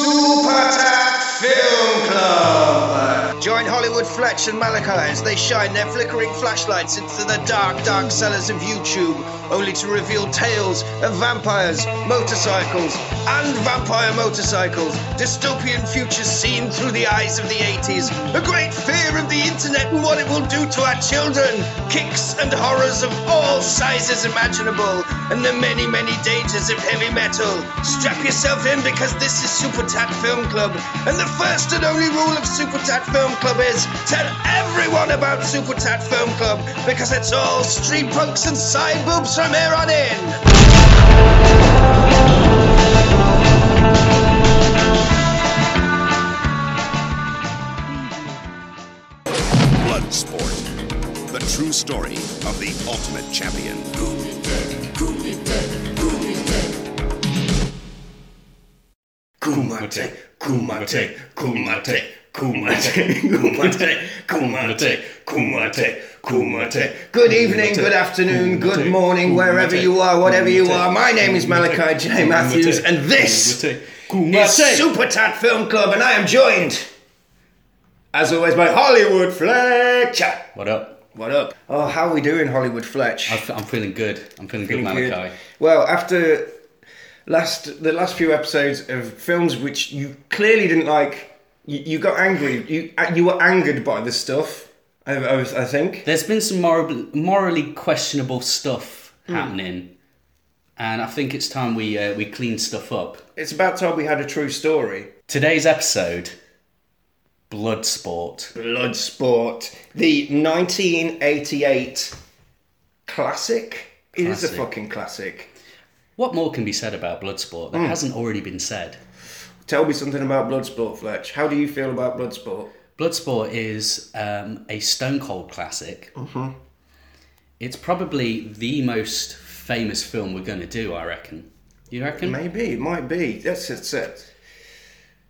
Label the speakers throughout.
Speaker 1: Super Tap Film Club! Join Hollywood Fletch and Malachi as they shine their flickering flashlights into the dark, dark cellars of YouTube, only to reveal tales of vampires, motorcycles, and vampire motorcycles, dystopian futures seen through the eyes of the 80s, a great fear of the internet and what it will do to our children, kicks and horrors of all sizes imaginable, and the many, many dangers of heavy metal. Strap yourself in because this is Super Tat Film Club, and the first and only rule of Super Tat Film Club is tell everyone about Super Tat Film Club because it's all street punks and side boobs from here on in.
Speaker 2: Bloodsport, the true story of the ultimate champion.
Speaker 1: Kumate, kumate, kumate, kumate, kumate, kumate, kumate, kumate. Good evening, good afternoon, good morning, wherever you are, whatever you are. My name is Malachi J. Matthews, and this is Super Tat Film Club, and I am joined, as always, by Hollywood Fletcher.
Speaker 3: What up?
Speaker 1: What up? Oh, how are we doing, Hollywood Fletch?
Speaker 3: I f- I'm feeling good. I'm feeling,
Speaker 1: Feeling
Speaker 3: good,
Speaker 1: good?
Speaker 3: Malachi.
Speaker 1: Well, after last the last few episodes of films which you clearly didn't like, you, you got angry. You you were angered by the stuff. I, I, was- I think.
Speaker 3: There's been some moral- morally questionable stuff
Speaker 1: Hmm.
Speaker 3: happening, and I think it's time we uh, we clean stuff up.
Speaker 1: It's about time we had a true story.
Speaker 3: Today's episode, Bloodsport.
Speaker 1: Bloodsport, the 1988 classic. It is a
Speaker 3: Classic.
Speaker 1: fucking classic.
Speaker 3: What more can be said about Bloodsport
Speaker 1: Hmm.
Speaker 3: that hasn't already been said?
Speaker 1: Tell me something about Bloodsport, Fletch. How do you feel about Bloodsport?
Speaker 3: Bloodsport is um, a stone cold classic.
Speaker 1: Mm-hmm.
Speaker 3: It's probably the most famous film we're going to do. I reckon. You reckon?
Speaker 1: Maybe it might be. That's it's a,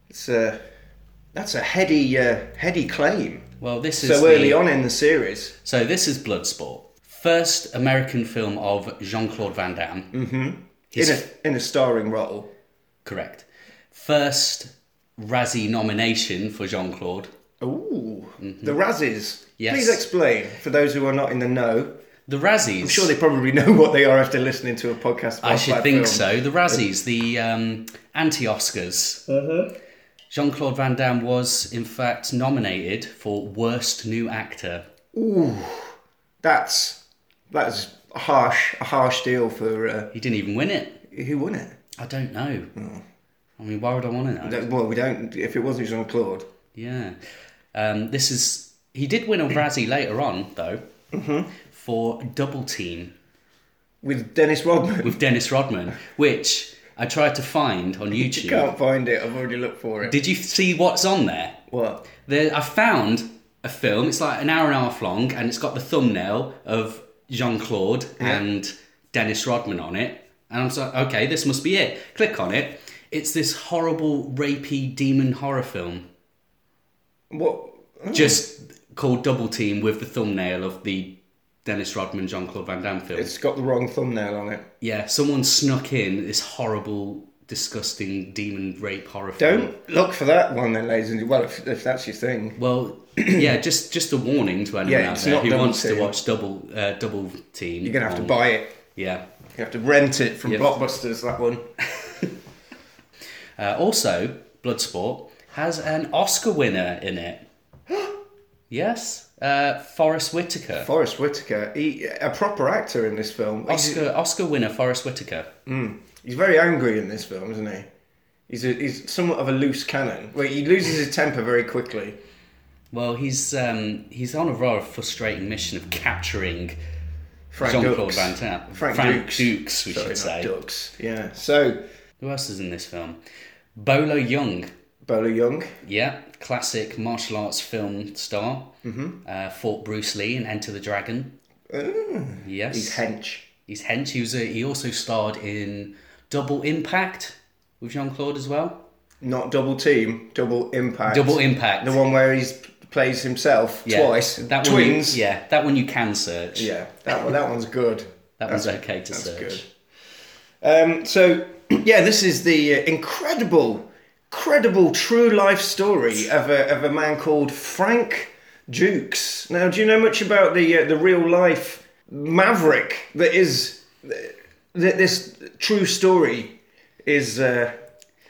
Speaker 1: it's a that's a heady uh, heady claim.
Speaker 3: Well, this is
Speaker 1: So
Speaker 3: the-
Speaker 1: early on in the series,
Speaker 3: So this is Bloodsport, first American film of Jean Claude Van Damme. Mm-hmm. His,
Speaker 1: in a in a starring role,
Speaker 3: correct. First Razzie nomination for Jean Claude.
Speaker 1: ooh, the Razzies.
Speaker 3: Mm-hmm. Yes.
Speaker 1: Please explain for those who are not in the know.
Speaker 3: The Razzies.
Speaker 1: I'm sure they probably know what they are after listening to a podcast. About
Speaker 3: I should
Speaker 1: bad
Speaker 3: think
Speaker 1: films.
Speaker 3: so. The Razzies, the um, anti-Oscars.
Speaker 1: Mm-hmm.
Speaker 3: Jean Claude Van Damme was in fact nominated for worst new actor.
Speaker 1: That's that's a harsh, a harsh deal for uh,
Speaker 3: He didn't even win it.
Speaker 1: who won it.
Speaker 3: I don't know. I mean, why would I want to know?
Speaker 1: That- Well, we Hmm. don't. If it wasn't Jean Claude,
Speaker 3: Yeah. Um, this is. He did win a Razzie later on, though, for Double Team
Speaker 1: with Dennis Rodman,
Speaker 3: with Dennis Rodman, which I tried to find on YouTube.
Speaker 1: can't find it. I've already looked for it.
Speaker 3: Did you see what's on there?
Speaker 1: what?
Speaker 3: there? I found a film. It's like an hour and a half long, and it's got the thumbnail of Jean Claude and Dennis Rodman on it. And I'm like, okay, this must be it. Click on it. It's this horrible, rapey demon horror film.
Speaker 1: What?
Speaker 3: just called Double Team with the thumbnail of the Dennis Rodman Jean Claude Van Damme film.
Speaker 1: It's got the wrong thumbnail on it.
Speaker 3: yeah, someone snuck in this horrible, disgusting demon rape horror film.
Speaker 1: Don't look for that one then, ladies and well, if, if that's your thing.
Speaker 3: Well, yeah, just just a warning to anyone
Speaker 1: Yeah,
Speaker 3: out
Speaker 1: it's
Speaker 3: there
Speaker 1: not
Speaker 3: who
Speaker 1: Double
Speaker 3: wants
Speaker 1: Team.
Speaker 3: to watch Double uh, Double Team.
Speaker 1: You're gonna have to
Speaker 3: on-
Speaker 1: buy it.
Speaker 3: Yeah.
Speaker 1: You have to rent it from
Speaker 3: Oh. Yes.
Speaker 1: Blockbusters. That one.
Speaker 3: Uh, also, Bloodsport has an Oscar winner in it. yes, uh, Forrest Whitaker.
Speaker 1: Forrest Whitaker, he, a proper actor in this film. He's,
Speaker 3: Oscar Oscar winner Forrest Whitaker.
Speaker 1: he's very angry in this film, isn't he? He's, a, he's somewhat of a loose cannon. Where he loses his temper very quickly.
Speaker 3: Well, he's um, he's on a rather frustrating mission of capturing
Speaker 1: Frank
Speaker 3: Jean Claude
Speaker 1: Dukes.
Speaker 3: Van Damme.
Speaker 1: Frank, Dukes.
Speaker 3: Dukes, we
Speaker 1: Sorry,
Speaker 3: should
Speaker 1: not
Speaker 3: say.
Speaker 1: Dukes. Yeah. So
Speaker 3: Who else is in this film? Bolo Young,
Speaker 1: Bolo Young.
Speaker 3: yeah, classic martial arts film star. Mm-hmm. Uh, fought Bruce Lee in Enter the Dragon. yes,
Speaker 1: Ah. He's hench.
Speaker 3: he's hench. He was a, he also starred in Double Impact with Jean Claude as well.
Speaker 1: Not double team. Double impact.
Speaker 3: Double Impact.
Speaker 1: The one where he plays himself
Speaker 3: Yeah,
Speaker 1: twice.
Speaker 3: That one you-
Speaker 1: Twins.
Speaker 3: yeah, that one you can search.
Speaker 1: Yeah, that one, that one's good.
Speaker 3: that one's okay to
Speaker 1: That's
Speaker 3: search.
Speaker 1: good. Um, so, yeah, this is the uh, incredible credible true life story of a, of a man called Frank Jukes. Now, do you know much about the uh, the real life maverick that is uh, that this true story is uh,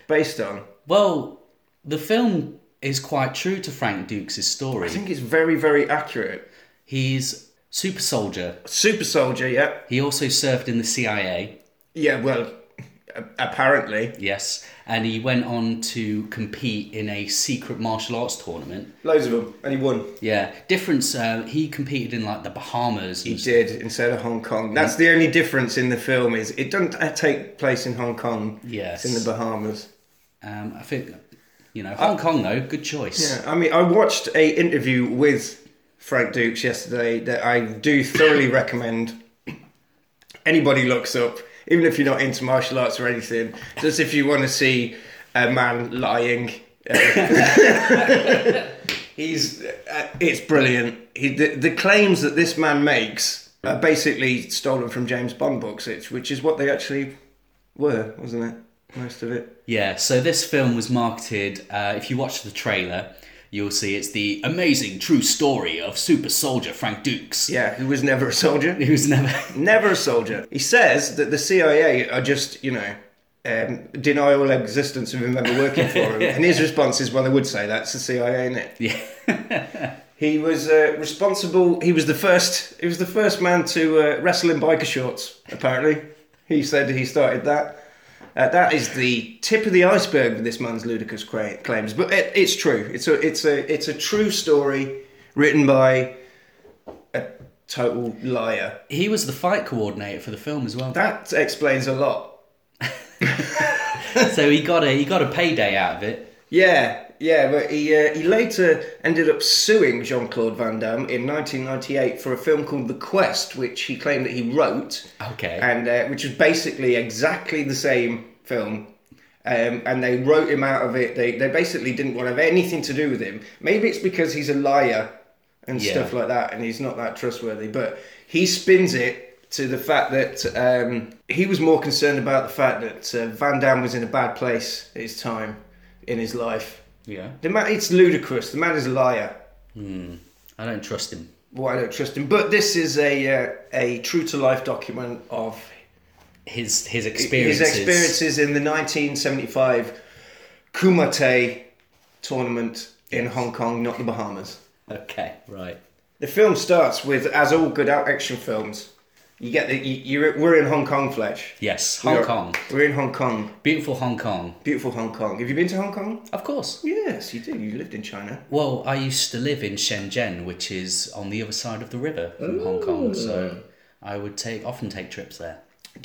Speaker 1: based on?
Speaker 3: Well, the film is quite true to Frank Dukes' story.
Speaker 1: I think it's very very accurate.
Speaker 3: He's super soldier.
Speaker 1: Super soldier, yeah,
Speaker 3: He also served in the CIA.
Speaker 1: yeah. Well, a- apparently,
Speaker 3: Yes, and he went on to compete in a secret martial arts tournament.
Speaker 1: loads of them, and he won.
Speaker 3: Yeah, difference. Uh, he competed in like the Bahamas.
Speaker 1: He did instead of Hong Kong. That's the only difference in the film is it doesn't uh, take place in Hong Kong.
Speaker 3: Yes.
Speaker 1: it's in the Bahamas.
Speaker 3: Um, I think, you know, Hong Kong though, good choice.
Speaker 1: Uh, Yeah, I mean, I watched a interview with Frank Dukes yesterday that I do thoroughly recommend. Anybody looks up, even if you're not into martial arts or anything, just if you want to see a man lying. uh, He's, uh, it's brilliant. He, the, the claims that this man makes are basically stolen from James Bond books, which- which is what they actually were, wasn't it? Most of it.
Speaker 3: Yeah, so this film was marketed. Uh, if you watch the trailer, you'll see it's the amazing true story of super soldier Frank Dukes,
Speaker 1: Yeah, he was never a soldier.
Speaker 3: who's never.
Speaker 1: Never a soldier. He says that the CIA are just, you know, um, deny all existence of him ever working for him. and his response is, well, they would say that's the CIA, isn't it?
Speaker 3: yeah.
Speaker 1: He was uh, responsible. He was the first. He was the first man to uh, wrestle in biker shorts. Apparently, he said he started that. Uh, that is the tip of the iceberg with this man's ludicrous cra- claims, but it, it's true. It's a it's a it's a true story written by a total liar.
Speaker 3: He was the fight coordinator for the film as well.
Speaker 1: That explains a lot.
Speaker 3: so he got a he got a payday out of it.
Speaker 1: Yeah, yeah, but he uh, he later ended up suing Jean Claude Van Damme in 1998 for a film called The Quest, which he claimed that he wrote,
Speaker 3: Okay.
Speaker 1: and uh, which was basically exactly the same film. Um, and they wrote him out of it. They they basically didn't want to have anything to do with him. Maybe it's because he's a liar and
Speaker 3: Yeah.
Speaker 1: stuff like that, and he's not that trustworthy. But he spins it to the fact that um, he was more concerned about the fact that uh, Van Damme was in a bad place at his time in his life.
Speaker 3: yeah.
Speaker 1: The man, it's ludicrous. The man is a liar.
Speaker 3: I don't trust him.
Speaker 1: Well, I don't trust him. But this is a uh, a true to life document of
Speaker 3: His his experiences.
Speaker 1: his experiences in the 1975 Kumite tournament in Hong Kong, not the Bahamas.
Speaker 3: Okay. Right.
Speaker 1: The film starts with, as all good out action films, you get the you, you're, we're in Hong Kong, Fletch.
Speaker 3: Yes. Hong
Speaker 1: We're-
Speaker 3: Kong.
Speaker 1: We're in Hong Kong.
Speaker 3: Beautiful Hong Kong.
Speaker 1: Beautiful Hong Kong. Have you been to Hong Kong?
Speaker 3: Of course.
Speaker 1: Yes, you do. You lived in China.
Speaker 3: Well, I used to live in Shenzhen, which is on the other side of the river from Hong Kong, so I would take often take trips there.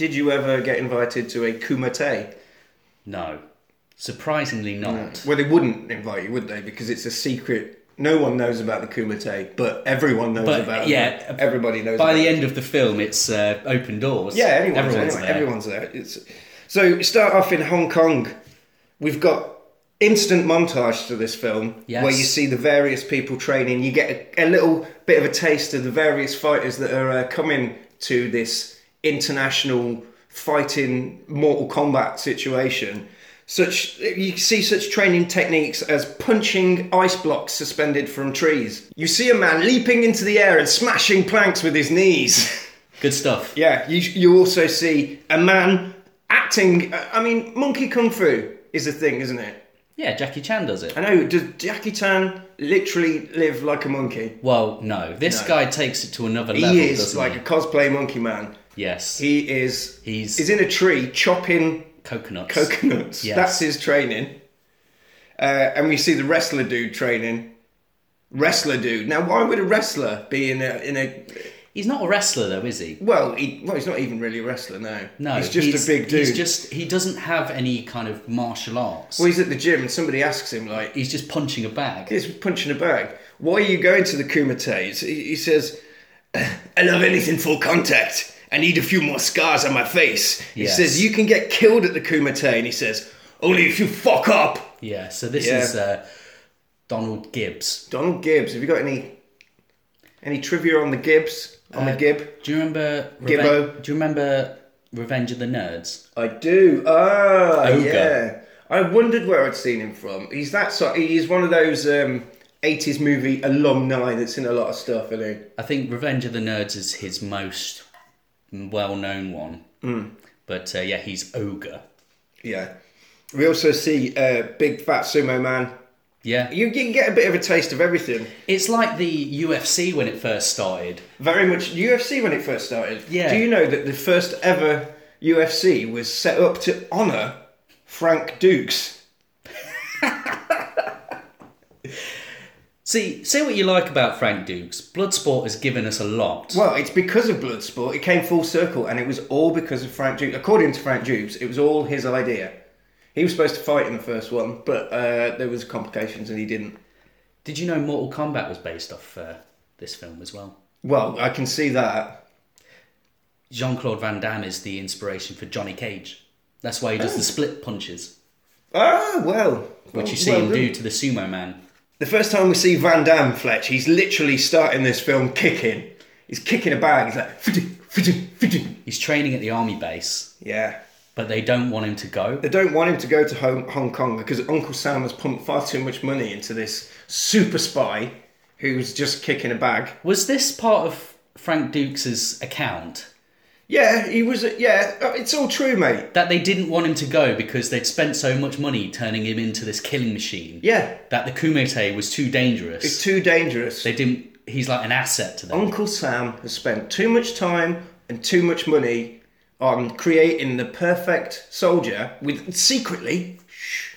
Speaker 1: Did you ever get invited to a Kumite?
Speaker 3: No, surprisingly not.
Speaker 1: Well, they wouldn't invite you, would they? Because it's a secret. No one knows about the Kumite, but everyone knows
Speaker 3: But,
Speaker 1: about
Speaker 3: yeah,
Speaker 1: it. Everybody knows
Speaker 3: By
Speaker 1: about
Speaker 3: the
Speaker 1: it.
Speaker 3: end of the film, it's uh, open doors.
Speaker 1: Yeah, anyone's,
Speaker 3: everyone's
Speaker 1: anyway,
Speaker 3: there.
Speaker 1: Everyone's there. It's, so we start off in Hong Kong. We've got instant montage to this film
Speaker 3: Yes.
Speaker 1: where you see the various people training. You get a, a little bit of a taste of the various fighters that are uh, coming to this international fighting Mortal Kombat situation. Such you see such training techniques as punching ice blocks suspended from trees. You see a man leaping into the air and smashing planks with his knees.
Speaker 3: Good stuff.
Speaker 1: Yeah, you, you also see a man acting. uh, I I mean, monkey kung fu is a thing, isn't it?
Speaker 3: Yeah, Jackie Chan does it.
Speaker 1: I know. Does Jackie Chan literally live like a monkey?
Speaker 3: Well, no, this
Speaker 1: No.
Speaker 3: guy takes it to another level,
Speaker 1: He is
Speaker 3: doesn't
Speaker 1: like
Speaker 3: he?
Speaker 1: a cosplay monkey man.
Speaker 3: Yes,
Speaker 1: He is.
Speaker 3: He's-
Speaker 1: in a tree chopping
Speaker 3: coconuts.
Speaker 1: coconuts.
Speaker 3: Yes.
Speaker 1: That's his training. Uh, and we see the wrestler dude training. Wrestler dude. Now, why would a wrestler be in a in a?
Speaker 3: He's not a wrestler though, is he?
Speaker 1: Well, he, well, he's not even really a wrestler. No,
Speaker 3: No,
Speaker 1: he's just a big dude.
Speaker 3: He's just he doesn't have any kind of martial arts.
Speaker 1: well, he's at the gym, and somebody asks him like,
Speaker 3: he's just punching a bag.
Speaker 1: He's punching a bag. Why are you going to the Kumites? He he says, I love anything full contact. I need a few more scars on my face. He
Speaker 3: Yes.
Speaker 1: says, You can get killed at the Kumite. And he says, Only if you fuck up.
Speaker 3: Yeah, so this
Speaker 1: Yeah.
Speaker 3: is uh, Donald Gibbs.
Speaker 1: Donald Gibbs, have you got any any trivia on the Gibbs? On the Gib?
Speaker 3: Do you remember?
Speaker 1: Gibbo.
Speaker 3: Do you remember Revenge of the Nerds?
Speaker 1: I do. Ah,
Speaker 3: Ogre.
Speaker 1: yeah. I wondered where I'd seen him from. He's that sort. He is one of those um, '80s movie alumni that's in a lot of stuff, isn't he?
Speaker 3: I think Revenge of the Nerds is his most well-known one.
Speaker 1: Hmm.
Speaker 3: But uh, yeah, he's ogre.
Speaker 1: Yeah. We also see uh, big fat sumo man.
Speaker 3: Yeah,
Speaker 1: You, you can get a bit of a taste of everything.
Speaker 3: it's like the UFC when it first started.
Speaker 1: Very much UFC when it first started.
Speaker 3: Yeah.
Speaker 1: Do you know that the first ever UFC was set up to honour Frank Dukes?
Speaker 3: See, say what you like about Frank Dukes. Bloodsport has given us a lot.
Speaker 1: Well, it's because of Bloodsport. It came full circle, and it was all because of Frank Dukes. According to Frank Dukes, it was all his idea. He was supposed to fight in the first one, but uh, there was complications, and he didn't.
Speaker 3: Did you know Mortal Kombat was based off uh, this film as well?
Speaker 1: Well, I can see that.
Speaker 3: Jean Claude Van Damme is the inspiration for Johnny Cage. That's why he
Speaker 1: Oh.
Speaker 3: does the split punches,
Speaker 1: Ah, well.
Speaker 3: which you see
Speaker 1: well
Speaker 3: him
Speaker 1: done.
Speaker 3: do to the sumo man.
Speaker 1: The first time we see Van Damme Fletch, he's literally starting this film kicking. He's kicking a bag. He's like, "Fidget, fidget, fidget."
Speaker 3: He's training at the army base,
Speaker 1: yeah.
Speaker 3: but they don't want him to go.
Speaker 1: They don't want him to go to home, Hong Kong because Uncle Sam has pumped far too much money into this super spy who's just kicking a bag.
Speaker 3: Was this part of Frank Dukes's account
Speaker 1: Yeah, he was. Yeah, oh, it's all true, mate.
Speaker 3: that they didn't want him to go because they'd spent so much money turning him into this killing machine?
Speaker 1: Yeah,
Speaker 3: That the Kumite was too dangerous.
Speaker 1: it's too Oh. dangerous.
Speaker 3: they didn't. He's like an asset to them.
Speaker 1: Uncle Sam has spent too much time and too much money on creating the perfect soldier with secretly. shh.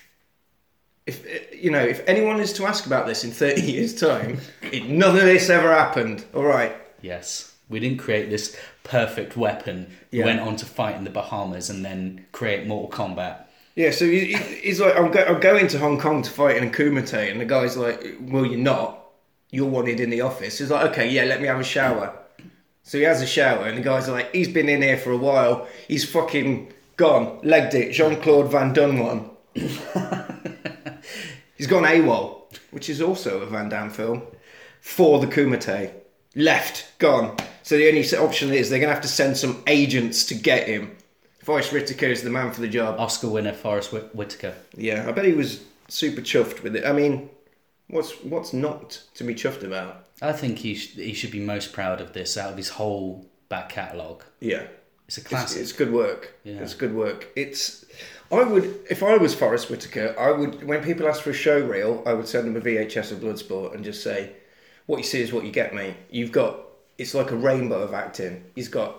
Speaker 1: If eh, you know, if anyone is to ask about this in thirty years' time, it, none of this ever happened. All right.
Speaker 3: Yes. We didn't create this perfect weapon. We
Speaker 1: Yeah.
Speaker 3: Went on to fight in the Bahamas and then create Mortal Kombat.
Speaker 1: Yeah, so he, he- he's like, I'm, go- I'm going to Hong Kong to fight in a kumite, and the guy's like, Well, you're not. You're wanted in the office. He's like, Okay, yeah, let me have a shower. So he has a shower, and the guy's like, He's been in here for a while. He's fucking gone, legged it. Jean Claude Van Dunn one. he's gone AWOL, which is also a Van Damme film, for the kumite. Left, gone. So the only option is they're going to have to send some agents to get him. Vice Rittaker is the man for the job.
Speaker 3: Oscar winner Forrest Whit- Whitaker.
Speaker 1: Yeah, I bet he was super chuffed with it. I mean, what's what's not to be chuffed about?
Speaker 3: I think he sh- he should be most proud of this out of his whole back catalogue.
Speaker 1: Yeah,
Speaker 3: It's a
Speaker 1: it's,
Speaker 3: classic.
Speaker 1: it's good work.
Speaker 3: Yeah.
Speaker 1: It's good work. It's I would if I was Forrest Whitaker, I would when people ask for a show reel, I would send them a VHS of Bloodsport and just say, "What you see is what you get, mate. You've got it's like a rainbow of acting. He's got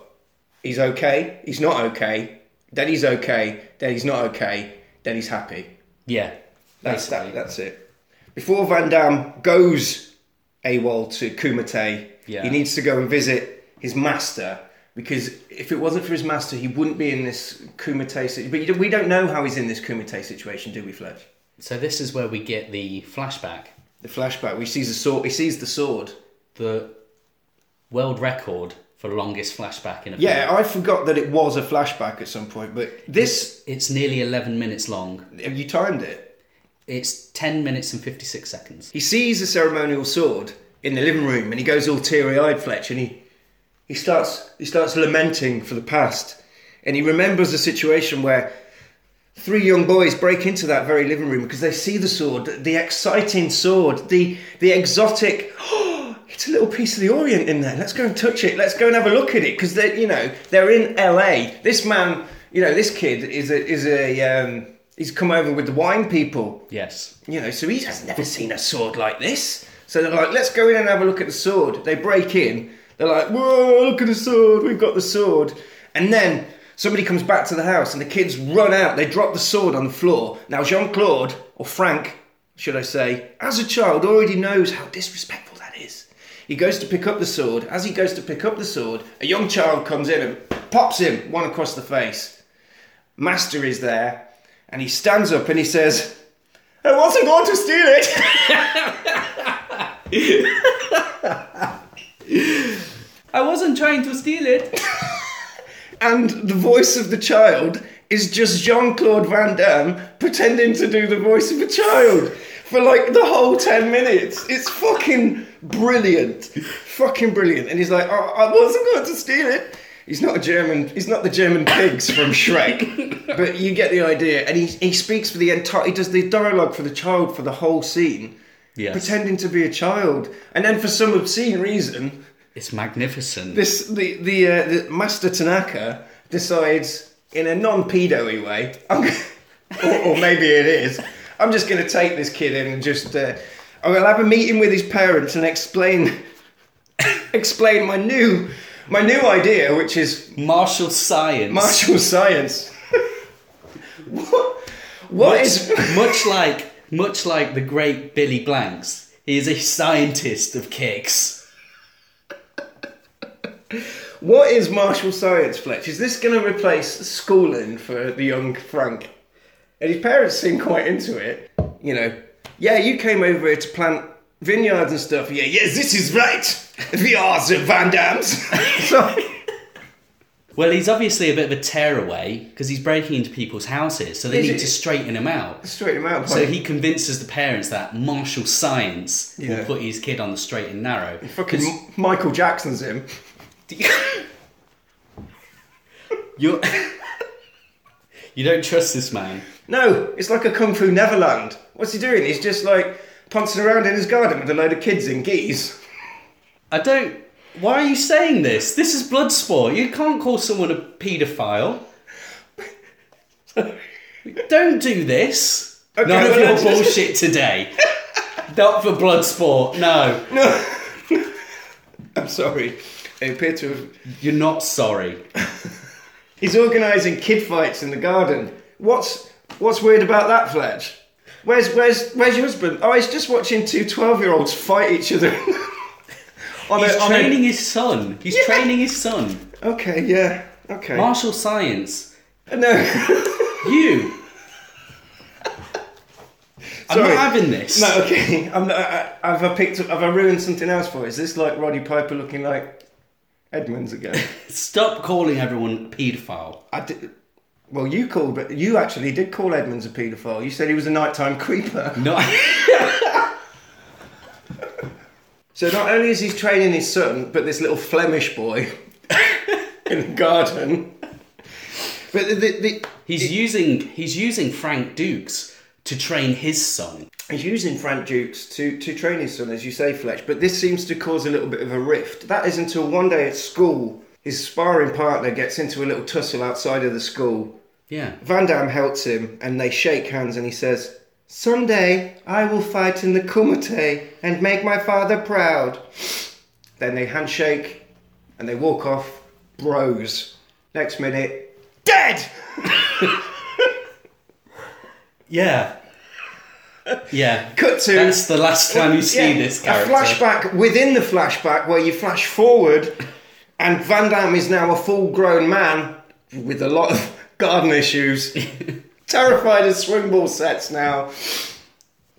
Speaker 1: he's okay, he's not okay, then he's okay, then he's not okay, then he's happy."
Speaker 3: yeah.
Speaker 1: That's
Speaker 3: basically.
Speaker 1: that, that's it. Before Van Damme goes AWOL to Kumite,
Speaker 3: Yeah.
Speaker 1: he needs to go and visit his master because if it wasn't for his master, he wouldn't be in this Kumite situation. But you don't- we don't know how he's in this Kumite situation, do we, Fletch?
Speaker 3: So this is where we get the flashback.
Speaker 1: The flashback. He sees the sword. He sees the sword.
Speaker 3: The world record for longest flashback in a
Speaker 1: Yeah,
Speaker 3: film.
Speaker 1: I forgot that it was a flashback at some point, but this
Speaker 3: It's nearly 11 minutes long.
Speaker 1: have you timed it?
Speaker 3: It's 10 minutes and 56 seconds.
Speaker 1: He sees the ceremonial sword in the living room and he goes all teary-eyed, Fletch, and he he starts he starts lamenting for the past. And he remembers a situation where three young boys break into that very living room because they see the sword, the exciting sword, the the exotic it's a little piece of the Orient in there. Let's go and touch it. Let's go and have a look at it because they, you know, they're in LA. This man, you know, this kid is a is a um, he's come over with the wine people.
Speaker 3: Yes.
Speaker 1: You know, so he has never seen a sword like this. So they're like, let's go in and have a look at the sword. They break in. They're like, whoa, look at the sword. We've got the sword. And then somebody comes back to the house and the kids run out. They drop the sword on the floor. Now, Jean Claude, or Frank, should I say, as a child already knows how disrespectful that is. He goes to pick up the sword. As he goes to pick up the sword, a young child comes in and pops him one across the face. Master is there and he stands up and he says, I wasn't going to steal it.
Speaker 3: I wasn't trying to steal it.
Speaker 1: And the voice of the child is just Jean Claude Van Damme pretending to do the voice of a child for like the whole 10 minutes. It's fucking brilliant. Fucking brilliant. And he's like, I, I wasn't "Oh, going to steal it. He's not a German. He's not the German pigs from Shrek, but you get the idea. And he, he speaks for the entire. He does the dialogue for the child for the whole scene,
Speaker 3: Yes.
Speaker 1: pretending to be a child. And then for some obscene reason,
Speaker 3: It's magnificent.
Speaker 1: this the the, uh, the Master Tanaka decides in a non pedo way, I'm g- or, or maybe it is. I'm just going to take this kid in and just uh, I'm going to have a meeting with his parents and explain explain my new my new idea, which is
Speaker 3: martial science.
Speaker 1: martial science. what? What is?
Speaker 3: much like much like the great Billy Blanks, he is a scientist of kicks.
Speaker 1: What is martial science, Fletch? Is this going to replace schooling for the young Frank? And his parents seem quite into it. You know, yeah, you came over here to plant vineyards and stuff. Yeah, yes, this is right. We are the Van Dams. so,
Speaker 3: Well, he's obviously a bit of a tearaway because he's breaking into people's houses, so they
Speaker 1: Is
Speaker 3: need
Speaker 1: it-
Speaker 3: to straighten him out.
Speaker 1: straight him out.
Speaker 3: So he convinces the parents that martial science
Speaker 1: Yeah.
Speaker 3: will put his kid on the straight and narrow.
Speaker 1: fucking M- Michael Jackson's him.
Speaker 3: You're, you don't trust this man.
Speaker 1: No, it's like a Kung Fu Neverland. What's he doing? He's just like pouncing around in his garden with a load of kids in geese.
Speaker 3: I don't. Why are you saying this? This is blood sport. You can't call someone a paedophile. don't do this.
Speaker 1: Okay,
Speaker 3: None of
Speaker 1: well,
Speaker 3: your
Speaker 1: let's-
Speaker 3: bullshit today. Not for blood sport. No,
Speaker 1: I'm sorry. They appear to have
Speaker 3: you're not sorry.
Speaker 1: He's organising kid fights in the garden. What's what's weird about that, Fletch? Where's where's where's your husband? Oh, he's just watching two 12 year olds fight each other. on
Speaker 3: He's
Speaker 1: a- on a-
Speaker 3: training his son. He's training his son.
Speaker 1: Okay, yeah, okay.
Speaker 3: Martial science.
Speaker 1: No,
Speaker 3: You. I'm
Speaker 1: Sorry.
Speaker 3: not having this.
Speaker 1: no, okay. I'm not, I, I- have I picked up? Have I ruined something else for? you? Is this like Roddy Piper looking like Edmonds again?
Speaker 3: Stop calling everyone a paedophile.
Speaker 1: I did. Well, you called, but you actually did call Edmonds a paedophile. You said he was a nighttime creeper.
Speaker 3: No.
Speaker 1: So not only is he training his son, but this little Flemish boy in the garden. But the, the, the,
Speaker 3: He's using he's using Frank Dukes to train his son.
Speaker 1: he's using Frank Dukes to, to train his son, as you say, Fletch. But this seems to cause a little bit of a rift. That is until one day at school, his sparring partner gets into a little tussle outside of the school.
Speaker 3: Yeah.
Speaker 1: Van Damme helps him, and they shake hands, and he says, "Someday I will fight in the Kumite and make my father proud." Then they handshake, and they walk off, bros. Next minute, dead.
Speaker 3: Yeah. Yeah.
Speaker 1: Cut to.
Speaker 3: That's the last time you see
Speaker 1: Yeah,
Speaker 3: this character.
Speaker 1: A flashback within the flashback where you flash forward, and Van Damme is now a full-grown man with a lot of garden issues, terrified of swing ball sets now.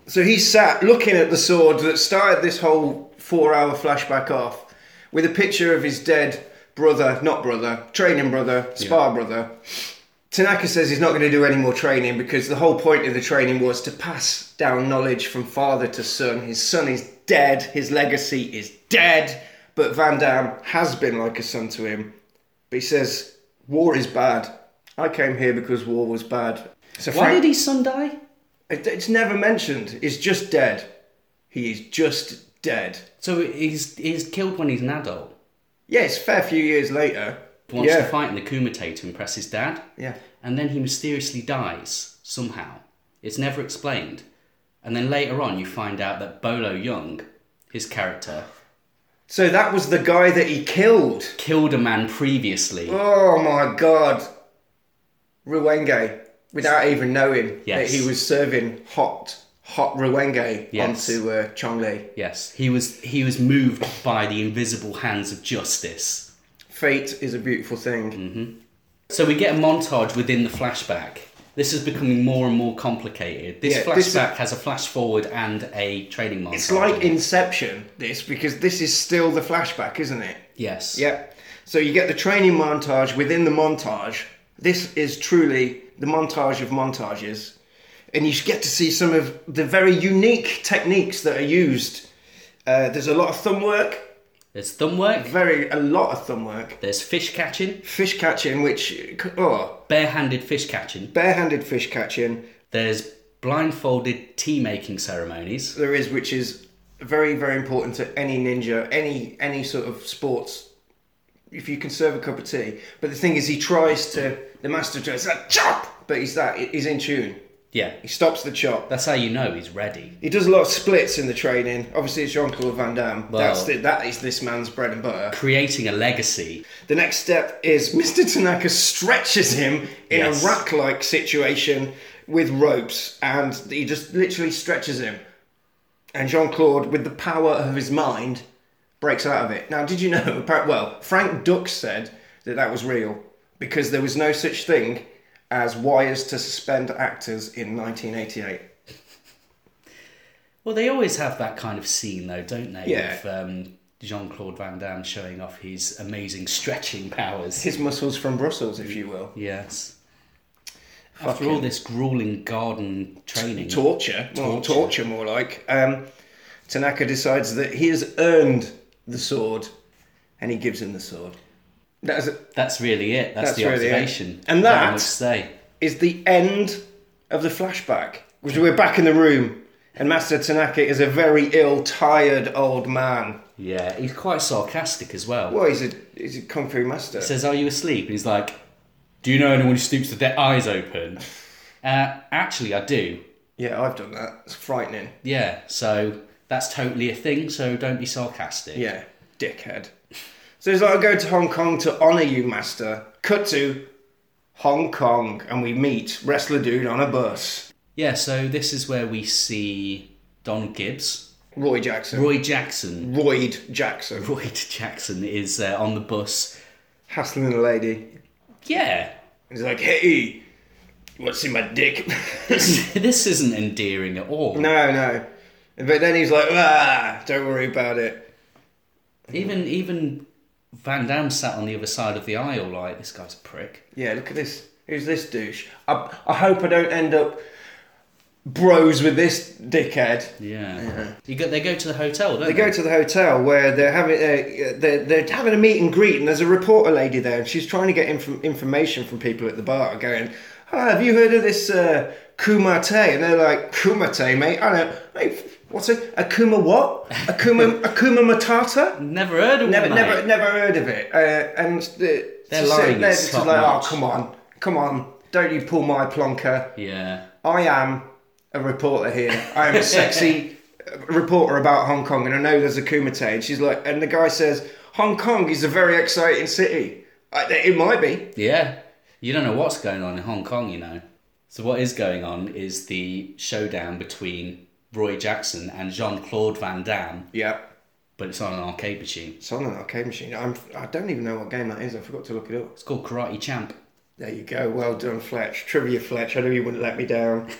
Speaker 1: So he sat looking at the sword that started this whole four-hour flashback off, with a picture of his dead brother, not brother, training brother, spar brother. Tanaka says he's not going to do any more training because the whole point of the training was to pass down knowledge from father to son. His son is dead, his legacy is dead, but Van Damme has been like a son to him. But he says, War is bad. I came here because war was bad. So
Speaker 3: Why
Speaker 1: Frank-
Speaker 3: did his son die?
Speaker 1: It- It's never mentioned. It's just dead. He is just dead.
Speaker 3: So he's he's killed when he's an adult.
Speaker 1: Yeah, it's a fair few years later.
Speaker 3: Wants
Speaker 1: yeah.
Speaker 3: to fight in the Kumite to impress his dad.
Speaker 1: Yeah.
Speaker 3: And then he mysteriously dies somehow. It's never explained. And then later on you find out that Bolo Young, his character,
Speaker 1: So that was the guy that he killed.
Speaker 3: killed a man previously.
Speaker 1: Oh my god. Ruwenge, without even knowing
Speaker 3: Yes.
Speaker 1: that he was serving hot, hot Ruwenge
Speaker 3: Yes.
Speaker 1: onto uh, Chongli.
Speaker 3: Yes. He was he was moved by the invisible hands of justice.
Speaker 1: Fate is a beautiful thing.
Speaker 3: Mm-hmm. So we get a montage within the flashback. This is becoming more and more complicated. This
Speaker 1: Yeah,
Speaker 3: flashback
Speaker 1: this is-
Speaker 3: has a flash forward and a training montage.
Speaker 1: It's like Inception, this, because this is still the flashback, isn't it?
Speaker 3: yes,
Speaker 1: Yep. So you get the training montage within the montage. This is truly the montage of montages. And you get to see some of the very unique techniques that are used. Uh, there's a lot of thumb work.
Speaker 3: There's thumb work.
Speaker 1: Very a lot of thumb work.
Speaker 3: There's fish catching,
Speaker 1: Fish catching, which oh,
Speaker 3: barehanded fish catching.
Speaker 1: barehanded fish catching.
Speaker 3: There's blindfolded tea making ceremonies.
Speaker 1: There is, which is very very important to any ninja, any any sort of sports. If you can serve a cup of tea, but the thing is, he tries to. The master tries that chop, but he's that he's in tune.
Speaker 3: Yeah,
Speaker 1: He stops the chop.
Speaker 3: that's how you know he's ready.
Speaker 1: He does a lot of splits in the training. Obviously, it's Jean Claude Van Damme.
Speaker 3: Well-
Speaker 1: That's the, that is this man's bread and butter.
Speaker 3: Creating a legacy.
Speaker 1: The next step is Mr. Tanaka stretches him in
Speaker 3: Yes.
Speaker 1: a rack like situation with ropes and he just literally stretches him. And Jean Claude, with the power of his mind, breaks out of it. Now, did you know? appar- Well, Frank Dux said that that was real because there was no such thing as wires to suspend actors in 1988.
Speaker 3: Well, they always have that kind of scene, though, don't they?
Speaker 1: Yeah.
Speaker 3: With um, Jean Claude Van Damme showing off his amazing stretching powers.
Speaker 1: His muscles from Brussels, if you will.
Speaker 3: yes. After all this grueling garden training,
Speaker 1: torture, well, torture more like. Um, Tanaka decides that he has earned the sword, and he gives him the sword. That is,
Speaker 3: that's really it. That's,
Speaker 1: That's
Speaker 3: the
Speaker 1: really it.
Speaker 3: observation.
Speaker 1: And
Speaker 3: I
Speaker 1: that-
Speaker 3: would say.
Speaker 1: is the end of the flashback. Because we're back in the room, and Master Tanaka is a very ill, tired old man.
Speaker 3: Yeah, he's quite sarcastic as well.
Speaker 1: Well, he's a he's a kung fu master.
Speaker 3: Says, "Are you asleep?" And he's like, "Do you know anyone who sleeps with their eyes open?" Uh, actually, I do.
Speaker 1: yeah, I've done that. It's frightening.
Speaker 3: Yeah, so that's totally a thing. So don't be sarcastic.
Speaker 1: Yeah, dickhead. So he's like, I'll go to Hong Kong to honour you, master. Cut to Hong Kong, and we meet wrestler dude on a bus.
Speaker 3: Yeah, so this is where we see Don Gibbs.
Speaker 1: Roy Jackson.
Speaker 3: Roy Jackson.
Speaker 1: Royd Jackson.
Speaker 3: Roy Jackson is uh, on the bus.
Speaker 1: Hassling a lady.
Speaker 3: Yeah.
Speaker 1: He's like, hey, you want to see my dick?
Speaker 3: This, this isn't endearing at all.
Speaker 1: no, no. But then he's like, ah, don't worry about it.
Speaker 3: Even even Van Damme sat on the other side of the aisle like, this guy's a prick.
Speaker 1: Yeah, look at this. Who's this douche? I, I hope I don't end up bros with this dickhead.
Speaker 3: Yeah. You go, they go to the hotel, don't they?
Speaker 1: They go to the hotel where they're having uh, they're, they're having a meet and greet, and there's a reporter lady there, and she's trying to get inf- information from people at the bar, going, oh, "Have you heard of this uh, kumate?" And they're like, "Kumate, mate? I don't. Mate, what's it? A kuma what? A kuma a kuma matata?
Speaker 3: Never heard of
Speaker 1: Never,
Speaker 3: one,
Speaker 1: never,
Speaker 3: mate.
Speaker 1: never heard of it." Uh, and the,
Speaker 3: Their
Speaker 1: she's sitting
Speaker 3: lying
Speaker 1: there,
Speaker 3: is
Speaker 1: she's
Speaker 3: top
Speaker 1: like, "Oh,
Speaker 3: notch.
Speaker 1: come on, come on! Don't you pull my plonker?
Speaker 3: Yeah.
Speaker 1: I am a reporter here. I am a sexy reporter about Hong Kong, and I know there's a kumite. And she's like, and the guy says, Hong Kong is a very exciting city. I, it might be.
Speaker 3: Yeah. You don't know what's going on in Hong Kong, you know. So what is going on is the showdown between Roy Jackson and Jean-Claude Van Damme,
Speaker 1: Yeah.
Speaker 3: but it's on an arcade machine.
Speaker 1: It's on an arcade machine. I'm, I don't even know what game that is. I forgot to look it up.
Speaker 3: It's called Karate Champ.
Speaker 1: There you go. Well done, Fletch. Trivia, Fletch. I know you wouldn't let me down.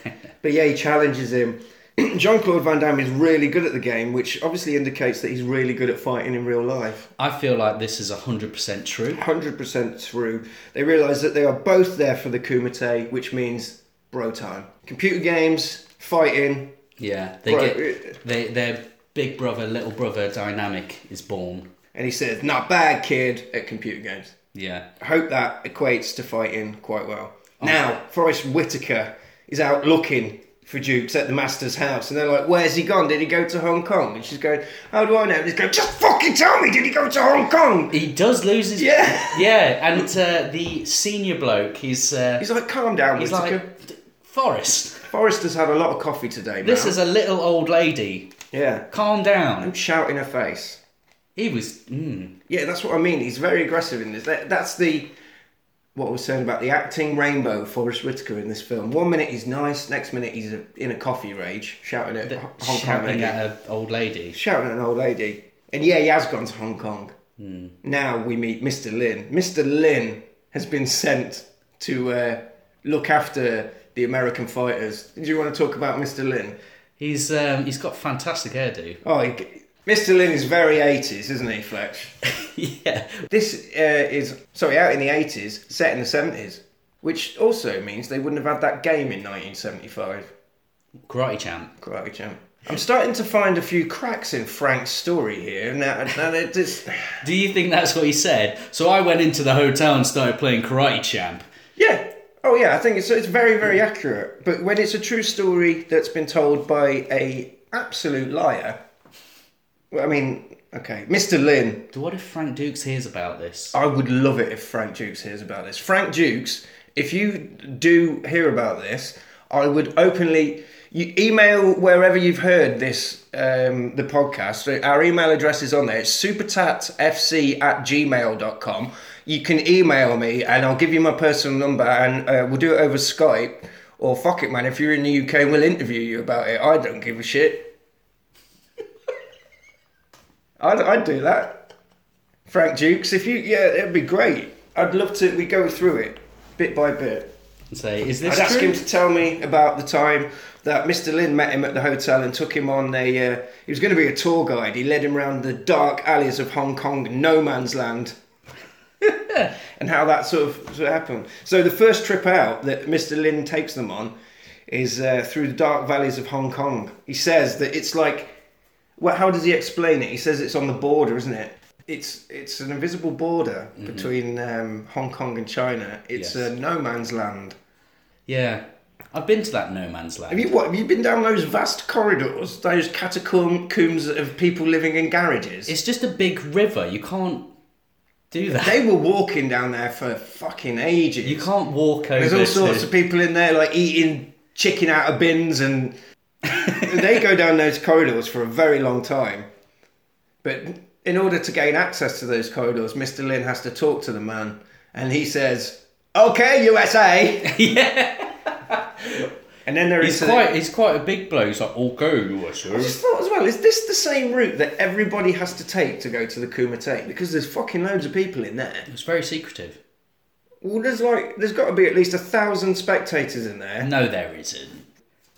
Speaker 1: but yeah, he challenges him. Jean Claude Van Damme is really good at the game, which obviously indicates that he's really good at fighting in real life.
Speaker 3: I feel like this is 100% true.
Speaker 1: 100% through. They realise that they are both there for the Kumite, which means bro time. Computer games, fighting.
Speaker 3: Yeah, they
Speaker 1: Right.
Speaker 3: get they, their big brother little brother dynamic is born.
Speaker 1: And he says, not bad, kid, at computer games.
Speaker 3: Yeah.
Speaker 1: I hope that equates to fighting quite well.
Speaker 3: Oh.
Speaker 1: Now, Forrest Whitaker is out looking for Dukes at the master's house, and they're like, Where's he gone? Did he go to Hong Kong? And she's going, How do I know? And he's going, Just fucking tell me, did he go to Hong Kong?
Speaker 3: He does lose his
Speaker 1: Yeah.
Speaker 3: Yeah, and uh, the senior bloke, he's uh,
Speaker 1: He's like, Calm down,
Speaker 3: he's
Speaker 1: Whitaker.
Speaker 3: like Forrest.
Speaker 1: Forrest has had a lot of coffee today, man.
Speaker 3: This is a little old lady.
Speaker 1: Yeah.
Speaker 3: Calm down.
Speaker 1: Shout in her face.
Speaker 3: He was mm,
Speaker 1: Yeah, that's what I mean. He's very aggressive in this. That, that's the what I was saying about the acting rainbow of Forrest Whitaker in this film. One minute he's nice, next minute he's a, in a coffee rage, shouting at Hong Kong
Speaker 3: shouting
Speaker 1: lady.
Speaker 3: at an old lady.
Speaker 1: shouting at an old lady. And yeah, he has gone to Hong Kong.
Speaker 3: Hmm.
Speaker 1: Now we meet Mr. Lin. Mr. Lin has been sent to uh, look after the American fighters. Do you want to talk about Mr. Lin?
Speaker 3: He's um, he's got fantastic hairdo.
Speaker 1: Oh, he, Mr. Lin is very 80s, isn't he, Fletch?
Speaker 3: yeah,
Speaker 1: This uh, is sorry out in the eighties, set in the seventies, which also means they wouldn't have had that game in nineteen seventy-five.
Speaker 3: karate champ.
Speaker 1: Karate Champ. I'm starting to find a few cracks in Frank's story here. Now, now it is,
Speaker 3: Do you think that's what he said? So I went into the hotel and started playing Karate Champ.
Speaker 1: yeah. Oh yeah, I think it's it's very very accurate. But when it's a true story that's been told by a absolute liar, well, I mean, okay, Mr. Lynn,
Speaker 3: What if Frank Dukes hears about this?
Speaker 1: I would love it if Frank Dukes hears about this. Frank Dukes, if you do hear about this, I would openly you email wherever you've heard this um, the podcast. So Our email address is on there. It's supertatfc at gmail.com. You can email me and I'll give you my personal number and uh, we'll do it over Skype or fuck it, man. If you're in the UK, we'll interview you about it. I don't give a shit. I'd, I'd do that. Frank Dukes, if you yeah, it'd be great. I'd love to. We go through it bit by bit.
Speaker 3: And say, is
Speaker 1: I'd
Speaker 3: this
Speaker 1: ask
Speaker 3: true?
Speaker 1: him to tell me about the time that Mr. Lynn met him at the hotel and took him on a. Uh, he was going to be a tour guide. He led him round the dark alleys of Hong Kong, no man's land, and how that sort of, sort of happened. So the first trip out that Mr. Lynn takes them on is uh, through the dark valleys of Hong Kong. He says that it's like. Well, how does he explain it? He says it's on the border, isn't it? It's it's an invisible border between um, Hong Kong and China. It's
Speaker 3: Mm-hmm.
Speaker 1: a
Speaker 3: Yes.
Speaker 1: no man's land.
Speaker 3: Yeah. I've been to that no man's land.
Speaker 1: Have you what? Have you been down those vast corridors, those catacombs of people living in garages?
Speaker 3: It's just a big river. You can't do that.
Speaker 1: they were walking down there for fucking ages.
Speaker 3: You can't walk over.
Speaker 1: There's all sorts
Speaker 3: to-
Speaker 1: of people in there like eating chicken out of bins, and they go down those corridors for a very long time. But in order to gain access to those corridors, Mr. Lin has to talk to the man, and he says, "Okay, USA." yeah. And then there
Speaker 3: He's
Speaker 1: is a-
Speaker 3: quite, he's quite a big bloke. He's like, I'll go, you
Speaker 1: I
Speaker 3: sir.
Speaker 1: just thought as well, is this the same route that everybody has to take to go to the Kumite? Because there's fucking loads of people in there.
Speaker 3: It's very secretive.
Speaker 1: Well, there's like, there's got to be at least a thousand spectators in there.
Speaker 3: No, there isn't.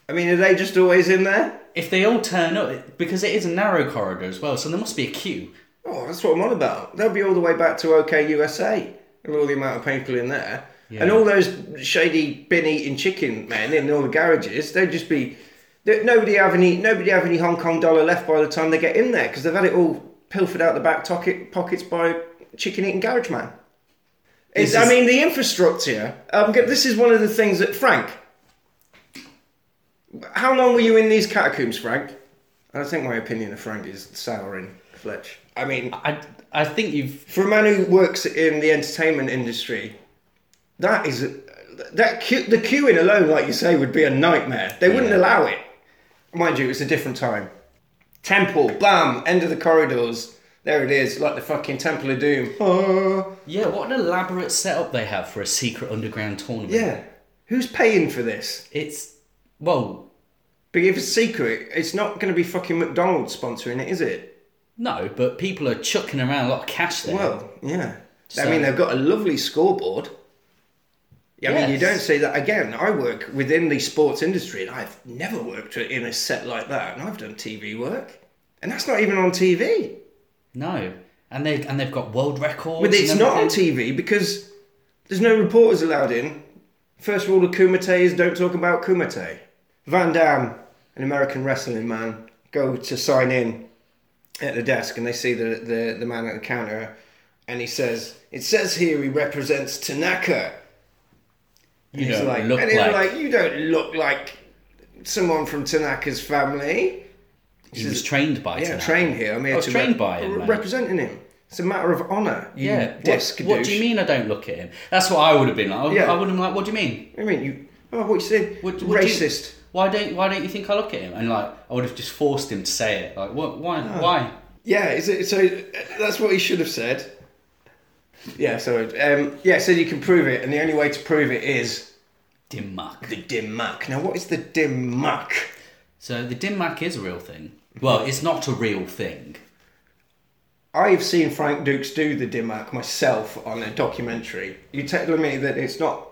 Speaker 1: I mean, are they just always in there?
Speaker 3: If they all turn up, because it is a narrow corridor as well, so there must be a queue.
Speaker 1: Oh, that's what I'm on about. They'll be all the way back to OK USA with all the amount of people in there. And all those shady bin eating chicken men in all the garages, they'd just be. they- Nobody have any. Nobody have any Hong Kong dollar left by the time they get in there because they've had it all pilfered out the back tocket, pockets by chicken eating garage man. It's,
Speaker 3: This
Speaker 1: I
Speaker 3: is-
Speaker 1: mean, the infrastructure. Um, g- this is one of the things that Frank. How long were you in these catacombs, Frank? I think my opinion of Frank is souring, Fletch. I mean,
Speaker 3: I, I think you've.
Speaker 1: for a man who works in the entertainment industry, that is that queue, the queuing alone, like you say, would be a nightmare. They wouldn't allow it. Mind you, it's a different time. Temple, bam, end of the corridors. There it is, like the fucking Temple of Doom. Oh,
Speaker 3: Yeah, what an elaborate setup they have for a secret underground tournament.
Speaker 1: yeah. Who's paying for this?
Speaker 3: It's. Well,
Speaker 1: But if it's secret, it's not going to be fucking McDonald's sponsoring it, is it?
Speaker 3: no, but people are chucking around a lot of cash there.
Speaker 1: Well, yeah. I
Speaker 3: So-
Speaker 1: mean, they've got a lovely scoreboard. I mean, you
Speaker 3: Yes.
Speaker 1: don't see that again. I work within the sports industry, and I've never worked in a set like that. And I've done TV work, and that's not even on TV.
Speaker 3: no. And, they, and they've got world records.
Speaker 1: But it's
Speaker 3: and
Speaker 1: not on
Speaker 3: everything.
Speaker 1: TV because there's no reporters allowed in. First rule of Kumite is don't talk about Kumite. Van Damme, an American wrestling man, go to sign in at the desk and they see the, the, the man at the counter and he says, It says here he represents Tanaka.
Speaker 3: You
Speaker 1: He's
Speaker 3: don't
Speaker 1: like,
Speaker 3: look
Speaker 1: and he's
Speaker 3: like,
Speaker 1: like, You don't look like someone from Tanaka's family.
Speaker 3: he was trained by
Speaker 1: Yeah,
Speaker 3: Tanaka.
Speaker 1: trained here. I'm here
Speaker 3: I was
Speaker 1: to
Speaker 3: Oh, trained by him,
Speaker 1: re-
Speaker 3: mate.
Speaker 1: representing him. It's a matter of honour. you
Speaker 3: Yeah, what-
Speaker 1: desk
Speaker 3: what, do you
Speaker 1: douche.
Speaker 3: mean I don't look at him? That's what I would have been like. I,
Speaker 1: Yeah.
Speaker 3: I would have been like, what do you mean?
Speaker 1: I mean, you. Oh, what you said?
Speaker 3: What, what do you-
Speaker 1: Racist.
Speaker 3: why don't Why don't you think I look at him? And like, I would have just forced him to say it. Like, what? Why? Why?
Speaker 1: Yeah, is it, so uh, that's what he should have said. Yeah, so um, yeah, so you can prove it, and the only way to prove it is
Speaker 3: Dim muck.
Speaker 1: the dim muck. Now, what is the dim muck?
Speaker 3: So the dim muck is a real thing. Well, it's not a real thing.
Speaker 1: I've seen Frank Dukes do the dim muck myself on a documentary. You telling me that it's not?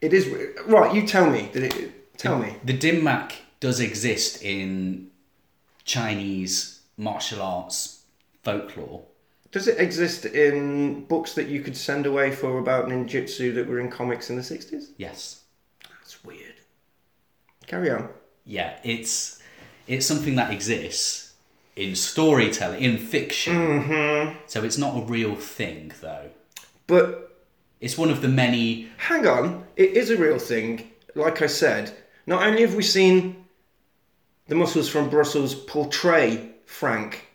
Speaker 1: It is right. You tell me that it. Tell me.
Speaker 3: The dim muck does exist in Chinese martial arts folklore.
Speaker 1: Does it exist in books that you could send away for about ninjutsu that were in comics in the sixties?
Speaker 3: Yes.
Speaker 1: That's weird. Carry on.
Speaker 3: Yeah, it's it's something that exists in storytelling, in fiction.
Speaker 1: Mm-hmm.
Speaker 3: So it's not a real thing, though.
Speaker 1: But
Speaker 3: It's one of the many.
Speaker 1: hang on, it is a real thing. Like I said, not only have we seen the muscles from Brussels portray Frank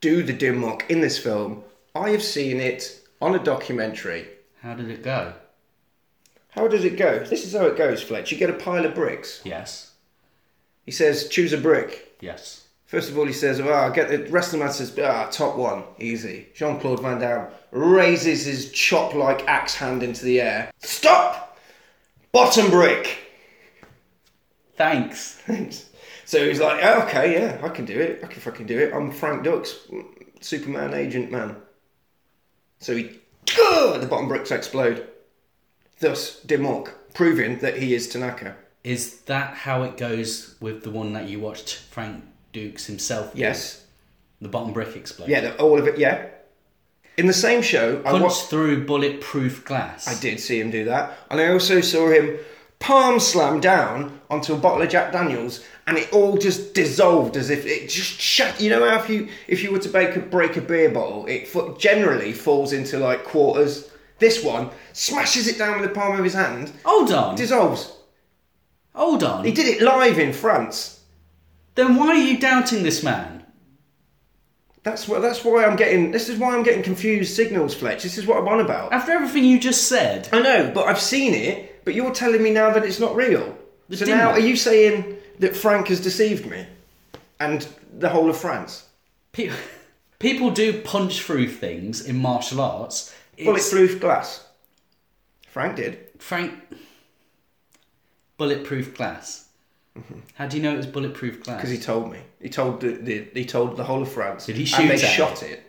Speaker 1: do the dim muck in this film, I have seen it on a documentary.
Speaker 3: How did it go?
Speaker 1: How does it go? This is how it goes, Fletch. You get a pile of bricks.
Speaker 3: Yes.
Speaker 1: He says, choose a brick.
Speaker 3: Yes.
Speaker 1: First of all, he says, "Ah, I get the rest of the man says, ah, top one, easy." Jean Claude Van Damme raises his chop-like axe hand into the air. Stop, bottom brick.
Speaker 3: Thanks.
Speaker 1: so he's like, "Oh, "Okay, yeah, I can do it. I can fucking do it. I'm Frank Dux, Superman agent man." So he, the bottom bricks explode. Thus, Dimok proving that he is Tanaka.
Speaker 3: Is that how it goes with the one that you watched Frank Dukes himself? do?
Speaker 1: Yes.
Speaker 3: The bottom brick explodes.
Speaker 1: Yeah, the, all of it. Yeah. In the same show, I
Speaker 3: Punch
Speaker 1: watched.
Speaker 3: through bulletproof glass.
Speaker 1: I did see him do that, and I also saw him palm slam down onto a bottle of Jack Daniels, and it all just dissolved as if it just shut. You know how if you if you were to break a, break a beer bottle, it fo- generally falls into like quarters. This one smashes it down with the palm of his hand,
Speaker 3: Hold on.
Speaker 1: dissolves.
Speaker 3: Hold on.
Speaker 1: He did it live in France.
Speaker 3: Then why are you doubting this man?
Speaker 1: That's what. That's why I'm getting. This is why I'm getting confused signals, Fletch. This is what I'm on about.
Speaker 3: After everything you just said,
Speaker 1: I know, but I've seen it. But you're telling me now that it's not real.
Speaker 3: The
Speaker 1: so
Speaker 3: demo.
Speaker 1: now, are you saying that Frank has deceived me, and the whole of France?
Speaker 3: pe- people do punch through things in martial arts. It's
Speaker 1: Bulletproof glass. Frank did.
Speaker 3: Frank. Bulletproof glass. How do you know it was bulletproof glass?
Speaker 1: Mm-hmm. Because he told me. He told the, the he told the whole of France.
Speaker 3: Did he shoot
Speaker 1: And they
Speaker 3: at
Speaker 1: shot it.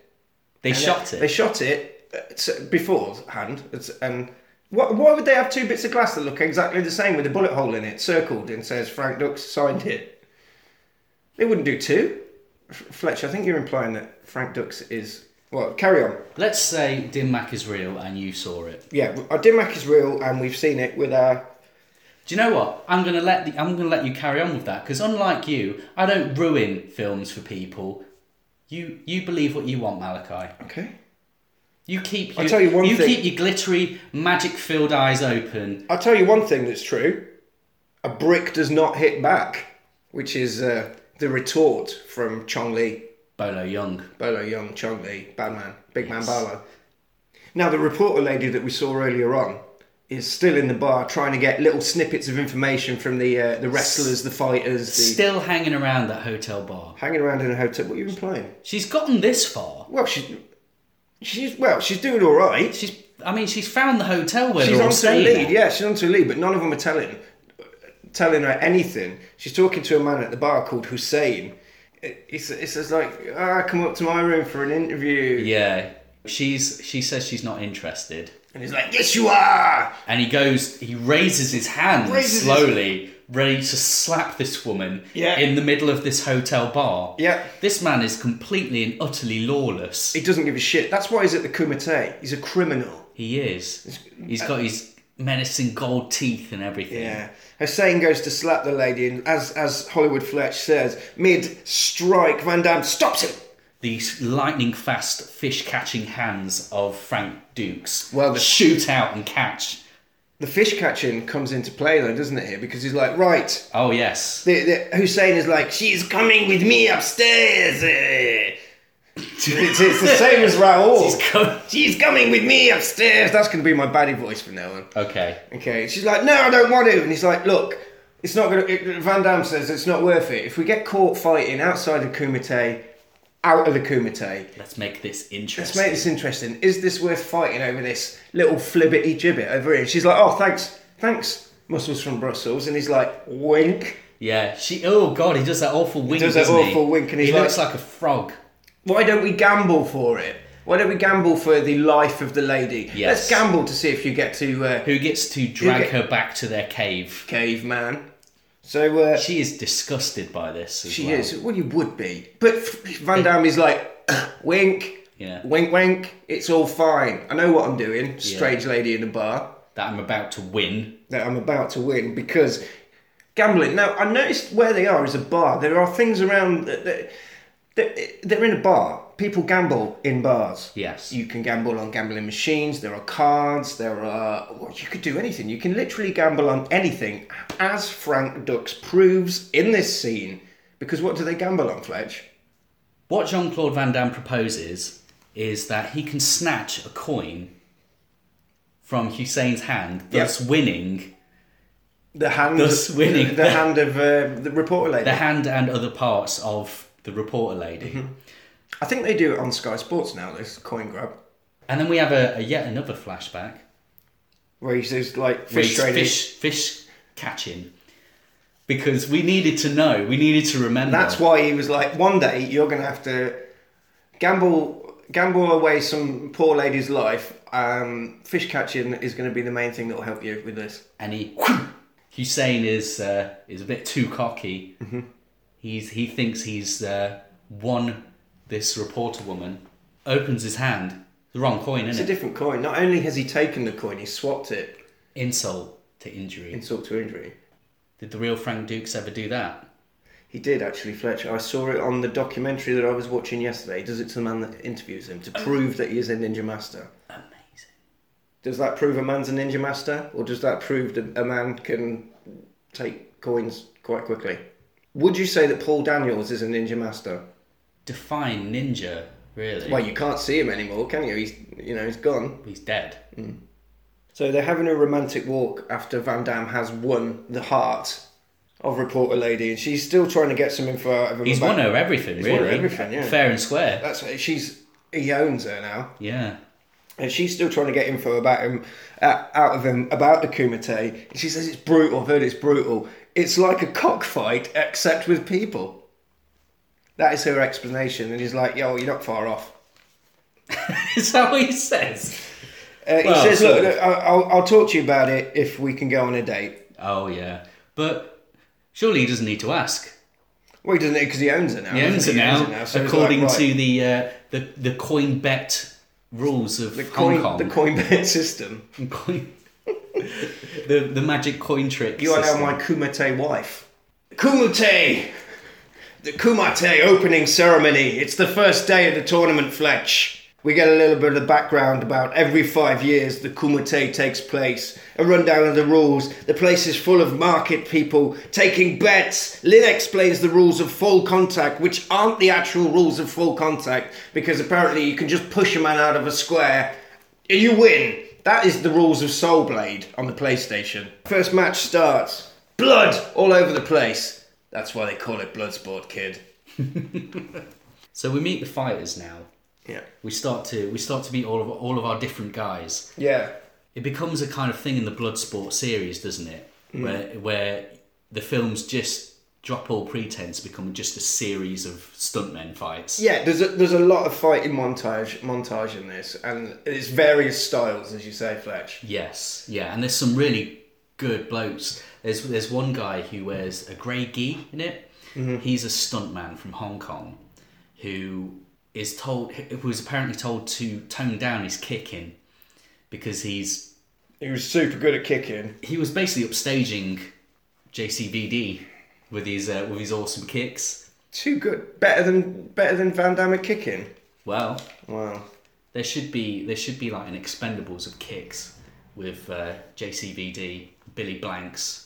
Speaker 3: they shot
Speaker 1: They
Speaker 3: it.
Speaker 1: shot it uh, s- beforehand. it's- And why, why would they have two bits of glass that look exactly the same with a bullet hole in it, circled, and says Frank Dux signed it? They wouldn't do two. F- Fletch, I think you're implying that Frank Dux is. Well, carry on.
Speaker 3: Let's say Dim Mak is real and you saw it.
Speaker 1: Yeah, our Dimac is real, and we've seen it with our.
Speaker 3: Do you know what? I'm gonna let the, I'm gonna let you carry on with that because unlike you, I don't ruin films for people. You you believe what you want, Malachi.
Speaker 1: Okay.
Speaker 3: You keep your,
Speaker 1: I'll tell you one thing.
Speaker 3: keep your glittery, magic-filled eyes open.
Speaker 1: I'll tell you one thing that's true a brick does not hit back, which is uh, the retort from Chong Lee.
Speaker 3: Bolo Young.
Speaker 1: Bolo Young, Chong Lee, bad man, big man Bolo. Now, the reporter lady that we saw earlier on is still in the bar trying to get little snippets of information from the uh, the wrestlers, the fighters, the
Speaker 3: Still hanging around that hotel bar.
Speaker 1: hanging around in a hotel. What are you implying?
Speaker 3: She's gotten this far.
Speaker 1: Well, she, she's well, she's doing all right.
Speaker 3: She's I mean she's found the hotel where
Speaker 1: She's
Speaker 3: they're all
Speaker 1: onto a
Speaker 3: staying.
Speaker 1: lead,
Speaker 3: at.
Speaker 1: yeah, she's onto a lead, but none of them are telling telling her anything. She's talking to a man at the bar called Hussein. It- It's it's just like ah, come up to my room for an interview,
Speaker 3: Yeah. She's she says she's not interested.
Speaker 1: and he's like, yes, you are.
Speaker 3: And he goes, he raises his hand
Speaker 1: Raises his-
Speaker 3: slowly, ready to slap this woman
Speaker 1: Yeah.
Speaker 3: in the middle of this hotel bar.
Speaker 1: Yeah.
Speaker 3: This man is completely and utterly lawless.
Speaker 1: He doesn't give a shit. That's why he's at the Kumite. He's a criminal.
Speaker 3: He is. He's got his menacing gold teeth and everything.
Speaker 1: Yeah. Hussein goes to slap the lady, and as as Hollywood Fletch says, mid strike, Van Damme stops him.
Speaker 3: These lightning fast fish catching hands of Frank Dukes
Speaker 1: Well, the-
Speaker 3: shoot out and catch.
Speaker 1: The fish catching comes into play though, doesn't it? Here because he's like, right,
Speaker 3: Oh, yes.
Speaker 1: the, the Hussein is like, she's coming with me upstairs. eh." it's, it's the same as Raoul. She's coming with me upstairs. That's going to be my baddie voice from now on.
Speaker 3: okay.
Speaker 1: Okay. She's like, no, I don't want to. And he's like, look, it's not going to. Van Damme says it's not worth it. If we get caught fighting outside of Kumite, out of the Kumite,
Speaker 3: Let's make this
Speaker 1: let's
Speaker 3: interesting.
Speaker 1: make this interesting. Is this worth fighting over this little flibbity gibbet over here? And she's like, oh, thanks, thanks, muscles from Brussels. And he's like, wink.
Speaker 3: Yeah. She. Oh, God, he does that awful wink.
Speaker 1: does that
Speaker 3: doesn't he?
Speaker 1: awful wink and he's
Speaker 3: he
Speaker 1: like-
Speaker 3: looks like a frog.
Speaker 1: why don't we gamble for it? Why don't we gamble for the life of the lady? Let's
Speaker 3: Yes.
Speaker 1: gamble to see if you get to uh,
Speaker 3: who gets to drag
Speaker 1: get-
Speaker 3: her back to their cave.
Speaker 1: caveman. So uh, she,
Speaker 3: She is disgusted by this. As well.
Speaker 1: is. Well, you would be. But Van Damme is like, wink,
Speaker 3: Yeah.
Speaker 1: wink, wink. It's all fine. I know what I'm doing. Strange lady in a bar
Speaker 3: That I'm about to win.
Speaker 1: that I'm about to win because gambling. Now, I noticed where they are is a bar. There are things around that. that that- they're in a bar. People gamble in bars.
Speaker 3: Yes.
Speaker 1: You can gamble on gambling machines. There are cards. There are. Well, you could do anything. You can literally gamble on anything, as Frank Dux proves in this scene. Because what do they gamble on, Fletch?
Speaker 3: What Jean Claude Van Damme proposes is that he can snatch a coin from Hussein's hand, thus winning
Speaker 1: The hand.
Speaker 3: Thus winning.
Speaker 1: The hand of uh, the reporter lady.
Speaker 3: the hand and other parts of the reporter lady.
Speaker 1: Mm-hmm. I think they do it on Sky Sports now. This coin grab.
Speaker 3: And then we have a, a yet another flashback.
Speaker 1: Where he says like
Speaker 3: where
Speaker 1: fish
Speaker 3: he's
Speaker 1: trading.
Speaker 3: fish, fish catching. Because we needed to know, we needed to remember.
Speaker 1: That's why he was like, one day you're gonna have to gamble gamble away some poor lady's life. Um, fish catching is gonna be the main thing that will help you with this.
Speaker 3: and he Hussein is uh, is a bit too cocky.
Speaker 1: Mm-hmm.
Speaker 3: He's he thinks he's uh, won this reporter woman. Opens his hand, the wrong coin,
Speaker 1: It's a
Speaker 3: isn't it?
Speaker 1: different coin. Not only has he taken the coin, he swapped it
Speaker 3: Insult to injury.
Speaker 1: insult to injury.
Speaker 3: Did the real Frank Dukes ever do that?
Speaker 1: He did actually, Fletcher. I saw it on the documentary that I was watching yesterday. He does it to the man that interviews him to prove that he is a ninja master.
Speaker 3: Amazing.
Speaker 1: Does that prove a man's a ninja master, or does that prove that a man can take coins quite quickly? Would you say that Paul Daniels is a ninja master?
Speaker 3: Define ninja, really.
Speaker 1: Well, you can't see him anymore, can you? He's you know he's gone.
Speaker 3: He's dead.
Speaker 1: So they're having a romantic walk after Van Damme has won the heart of reporter lady, and she's still trying to get some info out of him.
Speaker 3: He's
Speaker 1: about-
Speaker 3: won her everything,
Speaker 1: won her
Speaker 3: really.
Speaker 1: everything, yeah.
Speaker 3: Fair and square.
Speaker 1: That's it. She's he owns her now,
Speaker 3: yeah.
Speaker 1: and she's still trying to get info about him uh, out of him about the Kumite. And she says it's brutal. I've heard it's brutal. It's like a cockfight except with people. That is her explanation, and he's like, "Yo, you're not far off."
Speaker 3: Is that what he says?
Speaker 1: Uh, he
Speaker 3: Well,
Speaker 1: says,
Speaker 3: sort
Speaker 1: "Look,
Speaker 3: of.
Speaker 1: look, I- I'll, I'll talk to you about it if we can go on a date."
Speaker 3: Oh yeah. But surely he doesn't need to ask.
Speaker 1: Well, he doesn't because he owns it now.
Speaker 3: The
Speaker 1: doesn't
Speaker 3: answer
Speaker 1: He
Speaker 3: now,
Speaker 1: owns it so it's
Speaker 3: according
Speaker 1: like,
Speaker 3: to
Speaker 1: right,
Speaker 3: the, uh, the the coin bet rules of
Speaker 1: the
Speaker 3: Hong
Speaker 1: coin,
Speaker 3: Kong,
Speaker 1: the coin bet system.
Speaker 3: Coin- the the magic coin trick.
Speaker 1: You are now
Speaker 3: system.
Speaker 1: my kumite wife. Kumite, the kumite opening ceremony. It's the first day of the tournament, Fletch. We get a little bit of the background about every five years the kumite takes place. A rundown of the rules. The place is full of market people taking bets. Lin explains the rules of full contact, which aren't the actual rules of full contact because apparently you can just push a man out of a square You win. That is the rules of Soul Blade on the PlayStation. First match starts. Blood all over the place. That's why they call it Bloodsport, kid.
Speaker 3: So we meet the fighters now.
Speaker 1: Yeah.
Speaker 3: We start to we start to meet all of all of our different guys.
Speaker 1: Yeah.
Speaker 3: It becomes a kind of thing in the Bloodsport series, doesn't it?
Speaker 1: Mm.
Speaker 3: Where where the films just drop all pretense, become just a series of stuntmen fights.
Speaker 1: Yeah, there's a, there's a lot of fighting montage montage in this, and it's various styles, as you say, Fletch.
Speaker 3: Yes, yeah, and there's some really good blokes. There's there's one guy who wears a grey gi in it. He's a stuntman from Hong Kong who is told who was apparently told to tone down his kicking because he's
Speaker 1: He was super good at kicking.
Speaker 3: he was basically upstaging JCVD with his uh, with his awesome kicks.
Speaker 1: Too good. Better than better than Van Damme at kicking.
Speaker 3: Well,
Speaker 1: Wow.
Speaker 3: there should be there should be like an Expendables of kicks with uh, JCVD, Billy Blanks.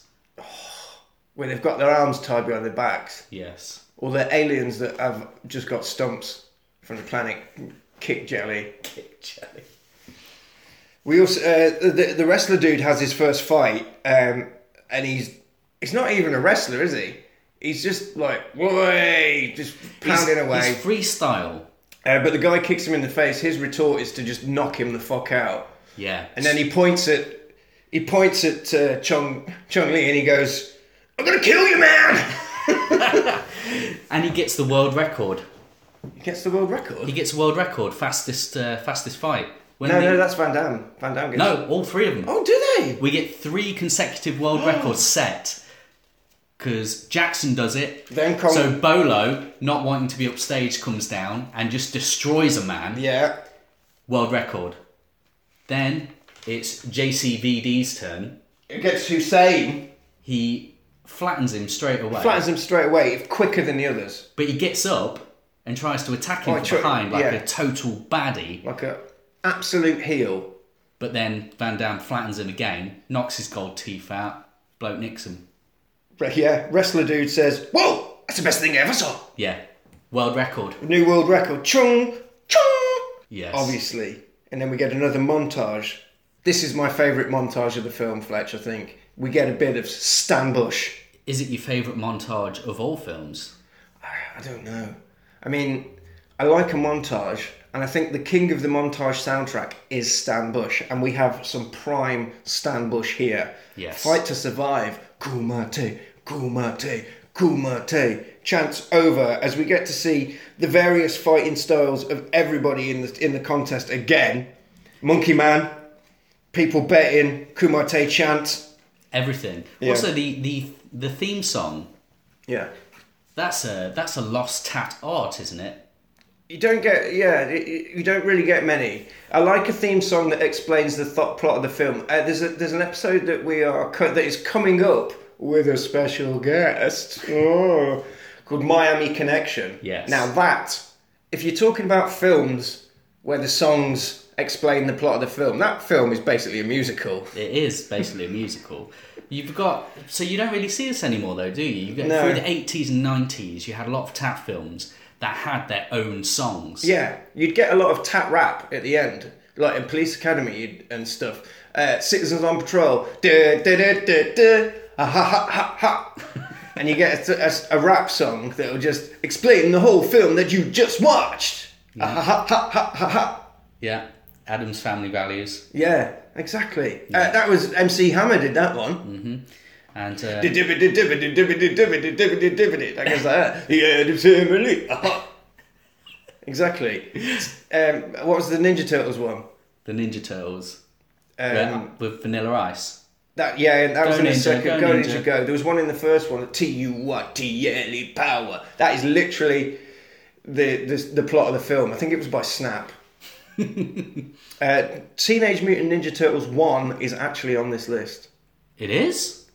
Speaker 1: Where they've got their arms tied behind their backs,
Speaker 3: Yes.
Speaker 1: or they're aliens that have just got stumps from the planet kick jelly.
Speaker 3: Kick jelly.
Speaker 1: We also uh, the the wrestler dude has his first fight, um, and he's he's not even a wrestler, is he? He's just like way, just pounding
Speaker 3: He's-
Speaker 1: away.
Speaker 3: he's freestyle.
Speaker 1: Uh, but the guy kicks him in the face. His retort is to just knock him the fuck out,
Speaker 3: Yeah.
Speaker 1: and then he points at he points at uh, Chong Chong Li, and he goes, "I'm gonna kill you, man!"
Speaker 3: and he gets the world record.
Speaker 1: He gets the world
Speaker 3: He
Speaker 1: record.
Speaker 3: gets the world record fastest uh, fastest fight. When
Speaker 1: No,
Speaker 3: they-
Speaker 1: no, that's Van Damme. Van Damme gets.
Speaker 3: no, all three of them.
Speaker 1: Oh, do they?
Speaker 3: We get three consecutive world records set. Because Jackson does it.
Speaker 1: Then Kong-
Speaker 3: So Bolo, not wanting to be upstage, comes down and just destroys a man.
Speaker 1: Yeah.
Speaker 3: World record. Then it's JCVD's turn.
Speaker 1: It gets Hussein.
Speaker 3: He flattens him straight away.
Speaker 1: Flattens him straight away, if quicker than the others.
Speaker 3: But he gets up and tries to attack him
Speaker 1: Like
Speaker 3: from
Speaker 1: tr-
Speaker 3: behind like
Speaker 1: Oh, yeah.
Speaker 3: a total baddie.
Speaker 1: Like a absolute heel.
Speaker 3: But then Van Damme flattens him again, knocks his gold teeth out, bloke nicks him.
Speaker 1: Re- Yeah, wrestler dude says, Whoa, that's the best thing I ever saw.
Speaker 3: Yeah. World record.
Speaker 1: New world record. Chung, chung.
Speaker 3: Yes.
Speaker 1: Obviously. And then we get another montage. This is my favourite montage of the film, Fletch, I think. We get a bit of Stan Bush.
Speaker 3: Is it your favourite montage of all films?
Speaker 1: I don't know. I mean, I like a montage, and I think the king of the montage soundtrack is Stan Bush, and we have some prime Stan Bush here.
Speaker 3: Yes.
Speaker 1: Fight to survive. Kumate, kumate, kumate. Chants over as we get to see the various fighting styles of everybody in the in the contest again. Monkey Man, people betting, kumate chant.
Speaker 3: Everything. Also the, the the theme song,
Speaker 1: Yeah.
Speaker 3: that's a that's a lost tat art, isn't it?
Speaker 1: You don't get, yeah, y- y- you don't really get many. I like a theme song that explains the thought plot of the film. Uh, there's a, there's an episode that we are co- that is coming up with a special guest oh, called Miami Connection.
Speaker 3: Yes.
Speaker 1: Now that, if you're talking about films where the songs explain the plot of the film, that film is basically a musical.
Speaker 3: It is basically a musical. You've got so you don't really see this anymore though, do you? You go
Speaker 1: No.
Speaker 3: through the eighties and nineties you had a lot of tat films that had their own songs.
Speaker 1: Yeah, you'd get a lot of tat rap at the end, like in Police Academy you'd, and stuff. Uh, Citizens on Patrol, duh, duh, duh, duh, duh, ha ha ha ha ha. and you get a, a- a rap song that'll just explain the whole film that you just watched. Ha ha ha ha ha ha ha.
Speaker 3: Yeah. Adam's Family Values.
Speaker 1: Yeah, exactly. Uh, that was MC Hammer did that one.
Speaker 3: And uh,
Speaker 1: Dibbity, dibbity, dibbity, dibbity, dibbity, dibbity. That goes like that. Yeah, the family. Aha. Exactly. Um, what was the Ninja Turtles one?
Speaker 3: the Ninja Turtles
Speaker 1: Um,
Speaker 3: uh, with Vanilla Ice.
Speaker 1: That yeah, that was in the
Speaker 3: Ninja,
Speaker 1: second.
Speaker 3: go
Speaker 1: Go
Speaker 3: Ninja.
Speaker 1: Ninja. Go. There was one in the first one. T U Y T L E power. That is literally the, the the plot of the film. I think it was by Snap. uh, Teenage Mutant Ninja Turtles one is actually on this list.
Speaker 3: It is?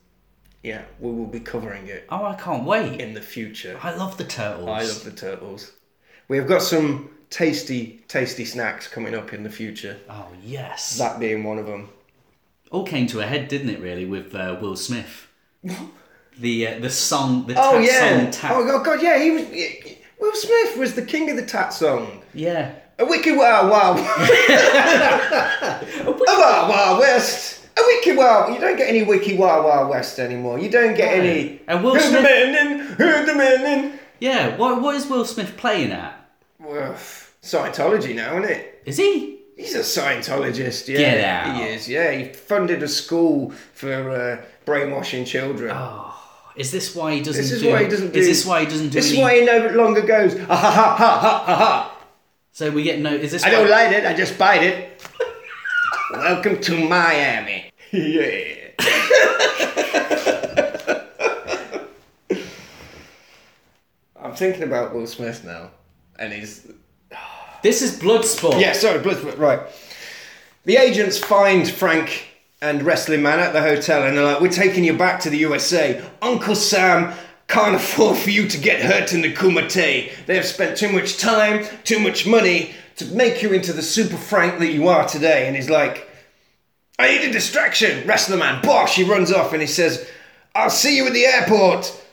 Speaker 1: Yeah, we will be covering it
Speaker 3: Oh, I can't wait.
Speaker 1: in the future.
Speaker 3: I love the turtles.
Speaker 1: I love the turtles. We have got some tasty, tasty snacks coming up in the future.
Speaker 3: Oh yes.
Speaker 1: That being one of them.
Speaker 3: All came to a head, didn't it? Really, with uh, Will Smith. the uh, the song, the
Speaker 1: Oh
Speaker 3: tat
Speaker 1: yeah!
Speaker 3: song, tat.
Speaker 1: Oh God, God, yeah! He was. Will Smith was the king of the tat song.
Speaker 3: Yeah.
Speaker 1: A wicked wow wow. a wow wow west. A wicked wow. You don't get any wicky wow wow west anymore. You don't get
Speaker 3: No.
Speaker 1: any.
Speaker 3: And Will
Speaker 1: who's the
Speaker 3: Smith-
Speaker 1: man in? Who's the man
Speaker 3: Yeah. What what is Will Smith playing at?
Speaker 1: in? Well, Scientology now, isn't it?
Speaker 3: Is he?
Speaker 1: He's a Scientologist. Yeah,
Speaker 3: Get out.
Speaker 1: he is. Yeah, he funded a school for uh, brainwashing children.
Speaker 3: Oh. Is this why he doesn't?
Speaker 1: this is
Speaker 3: do,
Speaker 1: why he doesn't do.
Speaker 3: Is this why he doesn't do?
Speaker 1: This is
Speaker 3: any-
Speaker 1: why he no longer goes. Ah, ha ha ha ha ha ha.
Speaker 3: So we get no. Is this?
Speaker 1: I
Speaker 3: why-
Speaker 1: don't like it, I just bite it. Welcome to Miami. Yeah. I'm thinking about Will Smith now, and he's.
Speaker 3: This is Bloodsport.
Speaker 1: Yeah, sorry, Bloodsport, right. The agents find Frank and Wrestling Man at the hotel, and they're like, We're taking you back to the USA. Uncle Sam can't afford for you to get hurt in the Kumite. They have spent too much time, too much money to make you into the super Frank that you are today. And he's like, I need a distraction. Wrestler Man, bosh, he runs off and he says, I'll see you at the airport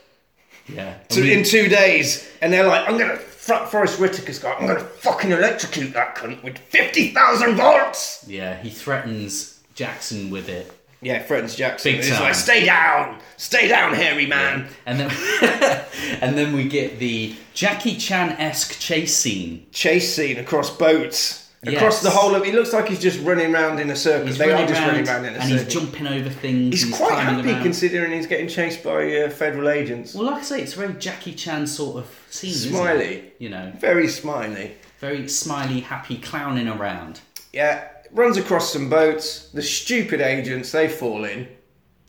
Speaker 3: Yeah.
Speaker 1: to- in two days, and they're like, "I'm gonna." Fra- Forrest Whitaker's got. I'm gonna fucking electrocute that cunt with fifty thousand volts.
Speaker 3: yeah. He threatens Jackson with it.
Speaker 1: Yeah, threatens Jackson.
Speaker 3: Big
Speaker 1: He's
Speaker 3: time.
Speaker 1: like, "Stay down, stay down, hairy man."
Speaker 3: And then, and then we get the Jackie Chan esque chase scene.
Speaker 1: Chase scene across boats, across
Speaker 3: Yes.
Speaker 1: the whole of. He looks like he's just running around in a circle.
Speaker 3: He's
Speaker 1: they
Speaker 3: running
Speaker 1: are just
Speaker 3: around
Speaker 1: running around in a
Speaker 3: and
Speaker 1: circle.
Speaker 3: he's jumping over things.
Speaker 1: He's
Speaker 3: and
Speaker 1: quite
Speaker 3: climbing
Speaker 1: happy
Speaker 3: around.
Speaker 1: considering he's getting chased by uh, federal agents.
Speaker 3: Well, like I say, it's a very Jackie Chan sort of scene. isn't it?
Speaker 1: Smiley.
Speaker 3: You know,
Speaker 1: Very smiley.
Speaker 3: very smiley, happy, clowning around.
Speaker 1: Yeah, runs across some boats. The stupid agents they fall in.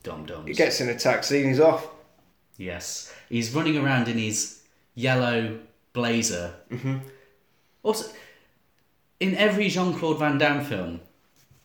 Speaker 3: Dum dums.
Speaker 1: He gets in a taxi and he's off.
Speaker 3: Yes. He's running around in his yellow blazer. Mm-hmm. Also, in every Jean Claude Van Damme film,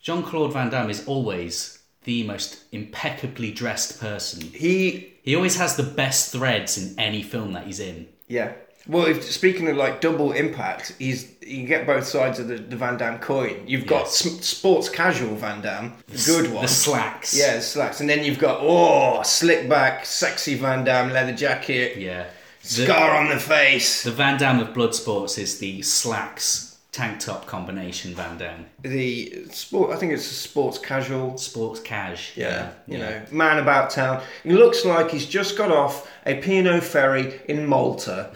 Speaker 3: Jean Claude Van Damme is always the most impeccably dressed person.
Speaker 1: He,
Speaker 3: He always has the best threads in any film that he's in.
Speaker 1: yeah. Well, if, speaking of like double impact, he's you get both sides of the, the Van Damme coin. You've got
Speaker 3: Yes.
Speaker 1: s- sports casual Van Damme, the good one.
Speaker 3: The slacks.
Speaker 1: Yeah, the slacks. And then you've got, oh, slick back, sexy Van Damme leather jacket,
Speaker 3: Yeah. The,
Speaker 1: scar on the face.
Speaker 3: the Van Damme of blood sports is the slacks tank top combination Van Damme.
Speaker 1: The sport, I think it's a sports casual.
Speaker 3: Sports cash.
Speaker 1: Yeah, you know, man about town. He looks like he's just got off a Pinot ferry in Malta.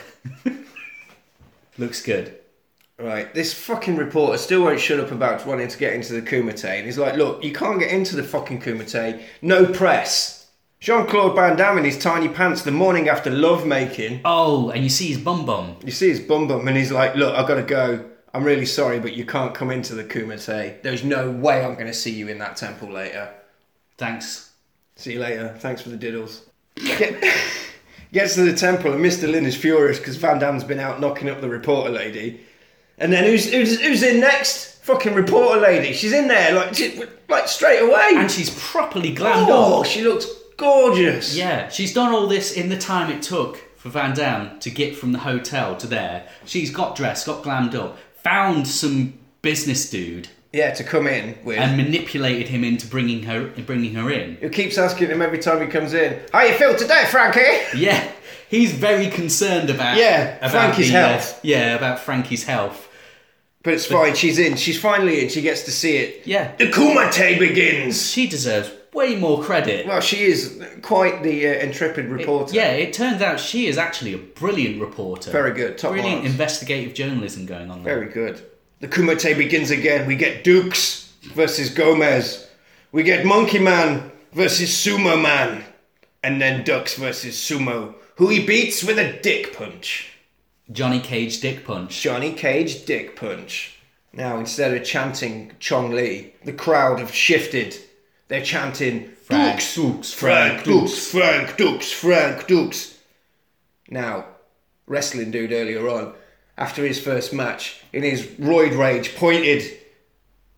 Speaker 3: Looks good.
Speaker 1: Right, this fucking reporter still won't shut up about wanting to get into the Kumite. And he's like, look, you can't get into the fucking Kumite. No press. Jean Claude Van Damme in his tiny pants the morning after lovemaking.
Speaker 3: Oh, and you see his bum bum.
Speaker 1: You see his bum bum, and he's like, "Look, I've got to go. I'm really sorry, but you can't come into the Kumite. There's no way I'm going to see you in that temple later.
Speaker 3: Thanks.
Speaker 1: See you later. Thanks for the diddles." Get- Gets to the temple, and Mr. Lin is furious because Van Damme's been out knocking up the reporter lady. And then who's who's, who's in next? Fucking reporter lady. She's in there like she- like straight away.
Speaker 3: And she's properly glammed
Speaker 1: oh,
Speaker 3: up.
Speaker 1: she looks gorgeous.
Speaker 3: Yeah, she's done all this in the time it took for Van Damme to get from the hotel to there. She's got dressed, got glammed up, found some business dude,
Speaker 1: Yeah, to come in with.
Speaker 3: and manipulated him into bringing her bringing her in.
Speaker 1: who keeps asking him every time he comes in, "How you feel today, Frankie?"
Speaker 3: Yeah, he's very concerned about
Speaker 1: Yeah,
Speaker 3: about
Speaker 1: Frankie's
Speaker 3: uh,
Speaker 1: health.
Speaker 3: yeah, about Frankie's health.
Speaker 1: But it's fine. She's in. She's finally in. She gets to see it.
Speaker 3: Yeah.
Speaker 1: The Kumite begins.
Speaker 3: She deserves way more credit.
Speaker 1: Well, she is quite the uh, intrepid reporter.
Speaker 3: Yeah, it turns out she is actually a brilliant reporter.
Speaker 1: Very good, top
Speaker 3: brilliant
Speaker 1: marks.
Speaker 3: investigative journalism going on there.
Speaker 1: Very good. The Kumite begins again. We get Dukes versus Gomez. We get Monkey Man versus Sumo Man, and then Dukes versus Sumo, who he beats with a dick punch.
Speaker 3: Johnny Cage dick punch.
Speaker 1: Johnny Cage dick punch. Now, instead of chanting Chong Li, the crowd have shifted. They're chanting
Speaker 3: Frank
Speaker 1: Dukes,
Speaker 3: Dukes,
Speaker 1: Frank
Speaker 3: Frank
Speaker 1: Dukes, Frank Dukes, Frank Dukes. Now, wrestling dude earlier on, after his first match, in his roid rage, pointed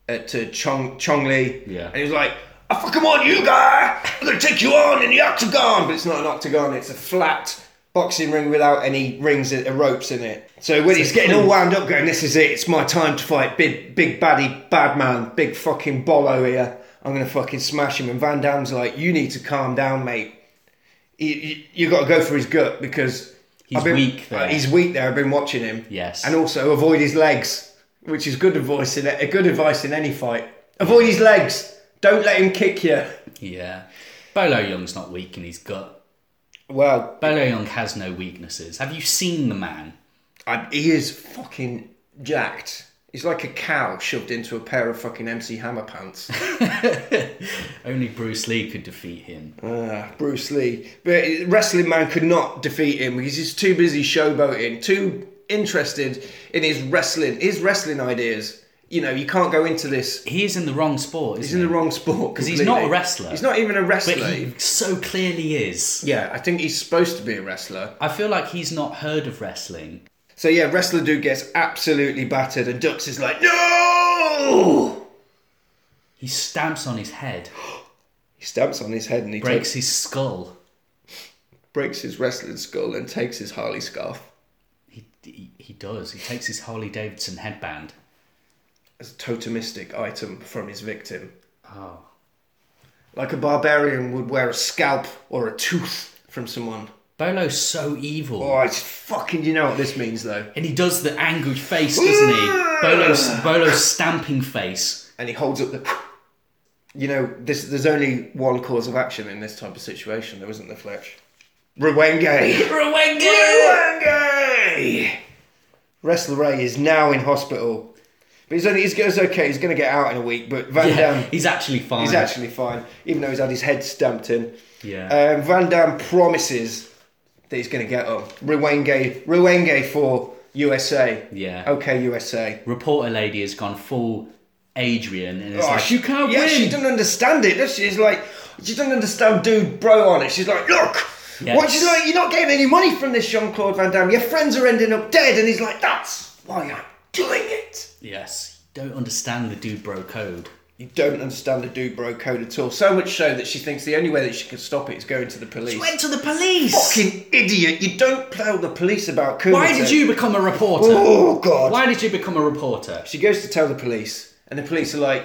Speaker 1: at to Chong Chong Li,
Speaker 3: Yeah.
Speaker 1: and he was like, "I fucking want you, guy. I'm gonna take you on in the octagon." But it's not an octagon; it's a flat boxing ring without any rings or ropes in it. So when he's getting all wound up, going, "This is it. It's my time to fight big, big baddie, bad man, big fucking bolo here. I'm gonna fucking smash him." And Van Damme's like, "You need to calm down, mate. You, you, you got to go for his gut because."
Speaker 3: He's
Speaker 1: I've been- uh,
Speaker 3: weak there.
Speaker 1: He's weak there. I've been watching him.
Speaker 3: Yes.
Speaker 1: And also avoid his legs, which is good advice in a good advice in any fight. Avoid his legs. Don't let him kick you.
Speaker 3: Yeah. Bolo Young's not weak in his gut.
Speaker 1: Well,
Speaker 3: Bolo Young has no weaknesses. Have you seen the man?
Speaker 1: I, he is fucking jacked. He's like a cow shoved into a pair of fucking MC Hammer pants.
Speaker 3: Only Bruce Lee could defeat him.
Speaker 1: Ah, Bruce Lee. But wrestling man could not defeat him because he's too busy showboating, too interested in his wrestling, his wrestling ideas. You know, you can't go into this.
Speaker 3: He is in the wrong sport,
Speaker 1: He's
Speaker 3: isn't
Speaker 1: in the
Speaker 3: he?
Speaker 1: wrong sport because
Speaker 3: he's not a wrestler.
Speaker 1: He's not even a wrestler.
Speaker 3: But he so clearly is.
Speaker 1: Yeah, I think he's supposed to be a wrestler.
Speaker 3: I feel like he's not heard of wrestling.
Speaker 1: So yeah, wrestler dude gets absolutely battered, and Dux is like, "No!"
Speaker 3: He stamps on his head,
Speaker 1: He stamps on his head and he
Speaker 3: breaks
Speaker 1: takes-
Speaker 3: his skull.
Speaker 1: breaks his wrestling skull and takes his Harley scarf.
Speaker 3: He, he, he does. He takes his Harley Davidson headband.
Speaker 1: As a totemistic item from his victim,
Speaker 3: Oh.
Speaker 1: like a barbarian would wear a scalp or a tooth from someone.
Speaker 3: Bolo's so evil.
Speaker 1: Oh, it's fucking. You know what this means, though.
Speaker 3: And he does the angry face, doesn't he? Bolo's, Bolo's stamping face.
Speaker 1: And he holds up the. You know, this, there's only one cause of action in this type of situation, though, isn't there, Fletch? Rwenge.
Speaker 3: Rwenge!
Speaker 1: Wrestler Ray is now in hospital. But he's only he's, he's okay, he's gonna get out in a week, but Van
Speaker 3: Yeah,
Speaker 1: Damme
Speaker 3: he's actually fine.
Speaker 1: he's actually fine, even though he's had his head stamped in.
Speaker 3: Yeah.
Speaker 1: Um, Van Damme promises that he's gonna get up. Ruwenge Ruwenge for USA.
Speaker 3: Yeah.
Speaker 1: Okay, USA.
Speaker 3: Reporter lady has gone full Adrian and is
Speaker 1: Oh,
Speaker 3: like,
Speaker 1: she-
Speaker 3: you can't
Speaker 1: yeah,
Speaker 3: win.
Speaker 1: she doesn't understand it. does she? She's like, she doesn't understand dude bro on it. She's like, look,
Speaker 3: Yes.
Speaker 1: what? She's like, you're not getting any money from this Jean Claude Van Damme. Your friends are ending up dead, and he's like, that's why I'm doing it.
Speaker 3: Yes. Don't understand the dude bro code.
Speaker 1: You don't understand the Dubrow code at all. So much so that she thinks the only way that she can stop it is going to the police.
Speaker 3: Went to the police.
Speaker 1: Fucking idiot! You don't tell the police about Kumite.
Speaker 3: Why did you become a reporter?
Speaker 1: Oh god!
Speaker 3: Why did you become a reporter?
Speaker 1: She goes to tell the police, and the police are like,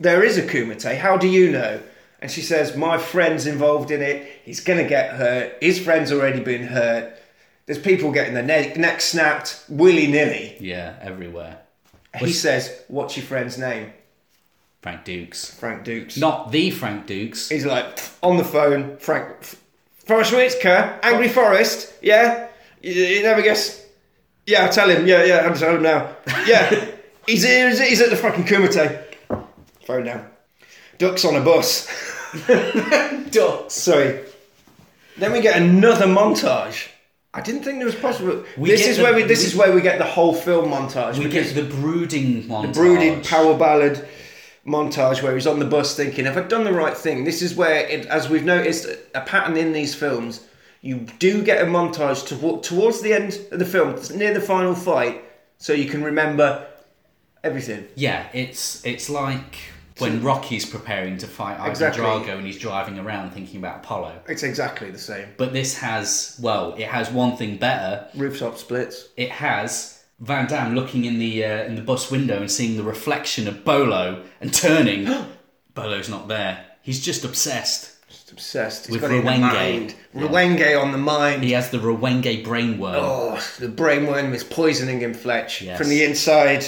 Speaker 1: "There is a Kumite. How do you know?" And she says, "My friend's involved in it. He's gonna get hurt. His friend's already been hurt. There's people getting their neck, neck snapped willy nilly."
Speaker 3: Yeah, everywhere.
Speaker 1: He says, "What's your friend's name?"
Speaker 3: Frank Dukes.
Speaker 1: Frank Dukes.
Speaker 3: Not the Frank Dukes.
Speaker 1: He's like pff, on the phone. Frank pff, Forrest Whitaker, Angry Forest. Yeah, you, you never guess. Yeah, I'll tell him. Yeah, yeah, I'm telling him now. Yeah, he's, he's he's at the fucking Kumite. Phone down. Ducks on a bus.
Speaker 3: Ducks.
Speaker 1: Sorry. Then we get another montage. I didn't think it was possible. this
Speaker 3: get
Speaker 1: is
Speaker 3: the-
Speaker 1: where we this
Speaker 3: we-
Speaker 1: is where we get the whole film montage.
Speaker 3: We
Speaker 1: because
Speaker 3: get the brooding one.
Speaker 1: brooded power ballad montage where he's on the bus thinking, "Have I done the right thing?" This is where, it, as we've noticed, a pattern in these films, you do get a montage to, towards the end of the film, near the final fight, so you can remember everything.
Speaker 3: Yeah, it's it's like when Rocky's preparing to fight Ivan
Speaker 1: Exactly.
Speaker 3: Drago and he's driving around thinking about Apollo.
Speaker 1: It's exactly the same.
Speaker 3: But this has well, it has one thing better.
Speaker 1: Rooftop splits.
Speaker 3: It has Van Damme looking in the uh, in the bus window and seeing the reflection of Bolo and turning. Bolo's not there. He's just obsessed.
Speaker 1: Just obsessed. He's
Speaker 3: With
Speaker 1: got it in the
Speaker 3: Rwenge.
Speaker 1: mind. Rwenge on the mind.
Speaker 3: He has the Rwenge brainworm.
Speaker 1: Oh, the brainworm is poisoning him, Fletch,
Speaker 3: Yes.
Speaker 1: from the inside.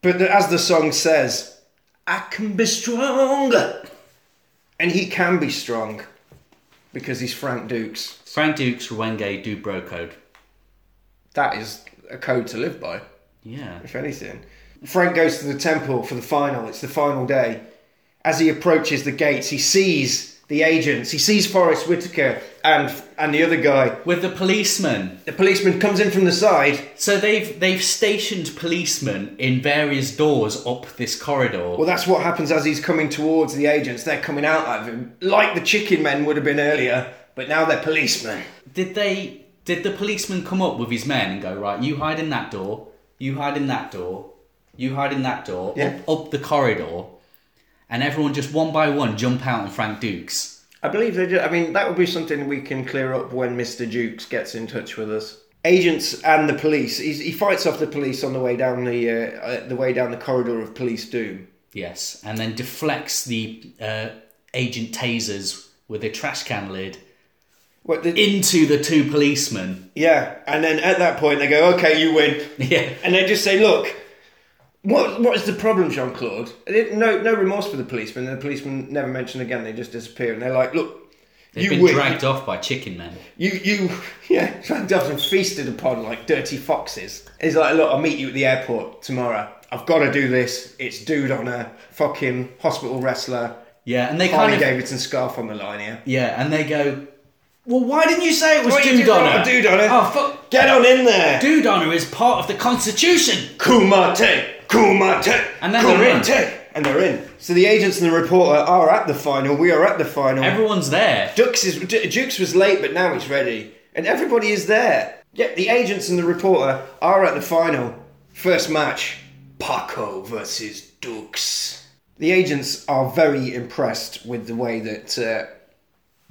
Speaker 1: But the- as the song says, I can be stronger. And he can be strong because he's Frank Dukes.
Speaker 3: Frank Dukes, Rwenge, Dubro code.
Speaker 1: That is a code to live by,
Speaker 3: Yeah.
Speaker 1: if anything. Frank goes to the temple for the final, it's the final day. As he approaches the gates, he sees the agents, he sees Forrest Whitaker and, and the other guy.
Speaker 3: With the policeman.
Speaker 1: The policeman comes in from the side
Speaker 3: So they've they've stationed policemen in various doors up this corridor.
Speaker 1: Well, that's what happens as he's coming towards the agents. They're coming out of him, like the chicken men would have been earlier, but now they're policemen.
Speaker 3: Did they did the policeman come up with his men and go, right, you hide in that door, you hide in that door, you hide in that door,
Speaker 1: Yeah.
Speaker 3: up, up the corridor, and everyone just one by one jump out on Frank Dukes.
Speaker 1: I believe they do. I mean, that would be something we can clear up when Mr. Jukes gets in touch with us. Agents and the police. He's, he fights off the police on the way down the uh, uh, the way down the corridor of police doom.
Speaker 3: Yes. And then deflects the uh, agent tasers with a trash can lid
Speaker 1: What the,
Speaker 3: into the two policemen.
Speaker 1: yeah, and then at that point they go, "Okay, you win."
Speaker 3: Yeah.
Speaker 1: and they just say, "Look, what what is the problem, Jean Claude?" No, no remorse for the policeman. And the policeman never mention again. They just disappear, and they're like, "Look,
Speaker 3: They've
Speaker 1: you
Speaker 3: been
Speaker 1: win.
Speaker 3: dragged off by chicken men.
Speaker 1: You you yeah, dragged up and feasted upon like dirty foxes." He's like, "Look, I'll meet you at the airport tomorrow. I've got to do this. It's dude on a fucking hospital wrestler."
Speaker 3: Yeah, and they
Speaker 1: Harley
Speaker 3: kind of
Speaker 1: Davidson scarf on the line here.
Speaker 3: yeah, and they go. Well, why didn't you say it was
Speaker 1: Wait, you
Speaker 3: Dude
Speaker 1: didn't
Speaker 3: Honor?
Speaker 1: know Dude Honor.
Speaker 3: Oh fuck!
Speaker 1: Get on in there,
Speaker 3: Dude Honor is part of the Constitution.
Speaker 1: Kumate, Kumate,
Speaker 3: And then they're in.
Speaker 1: Kumate. and they're in. So the agents and the reporter are at the final. We are at the final.
Speaker 3: Everyone's there.
Speaker 1: Dukes is D- Jukes was late, but now he's ready, and everybody is there. Yet the agents and the reporter are at the final first match: Paco versus Dukes. The agents are very impressed with the way that uh,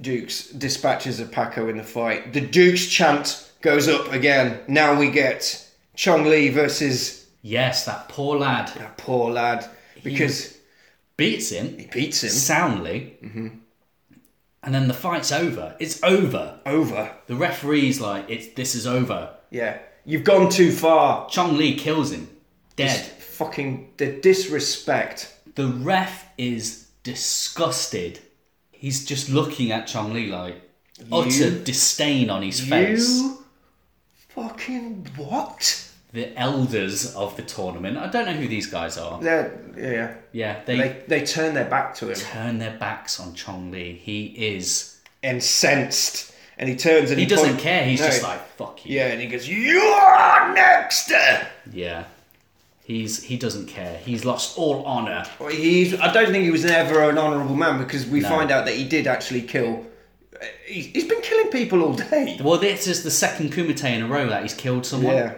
Speaker 1: Dukes dispatches of Paco in the fight. The Dukes chant goes up again. Now we get Chong Li versus
Speaker 3: Yes, that poor lad
Speaker 1: that poor lad because
Speaker 3: beats him
Speaker 1: he beats him
Speaker 3: soundly,
Speaker 1: Mm-hmm.
Speaker 3: and then the fight's over. It's over.
Speaker 1: over.
Speaker 3: The referee's like, "It's this is over."
Speaker 1: Yeah, you've gone too far.
Speaker 3: Chong Li kills him, dead.
Speaker 1: Fucking the disrespect.
Speaker 3: The ref is disgusted. He's just looking at Chong Li like utter disdain on his face.
Speaker 1: You fucking what?
Speaker 3: The elders of the tournament. I don't know who these guys are.
Speaker 1: They're, yeah,
Speaker 3: Yeah, they,
Speaker 1: they they turn their back to him,
Speaker 3: turn their backs on Chong Li. He is.
Speaker 1: incensed, and he turns and
Speaker 3: He
Speaker 1: he,
Speaker 3: doesn't
Speaker 1: point-
Speaker 3: care. He's
Speaker 1: No.
Speaker 3: just like fuck you.
Speaker 1: yeah, and he goes, "You're next."
Speaker 3: Yeah. He's he doesn't care. He's lost all honor.
Speaker 1: Well, He's. I don't think he was ever an honourable man because we find out that he did actually kill. He's, he's been killing people all day.
Speaker 3: Well, this is the second Kumite in a row that he's killed someone.
Speaker 1: Yeah,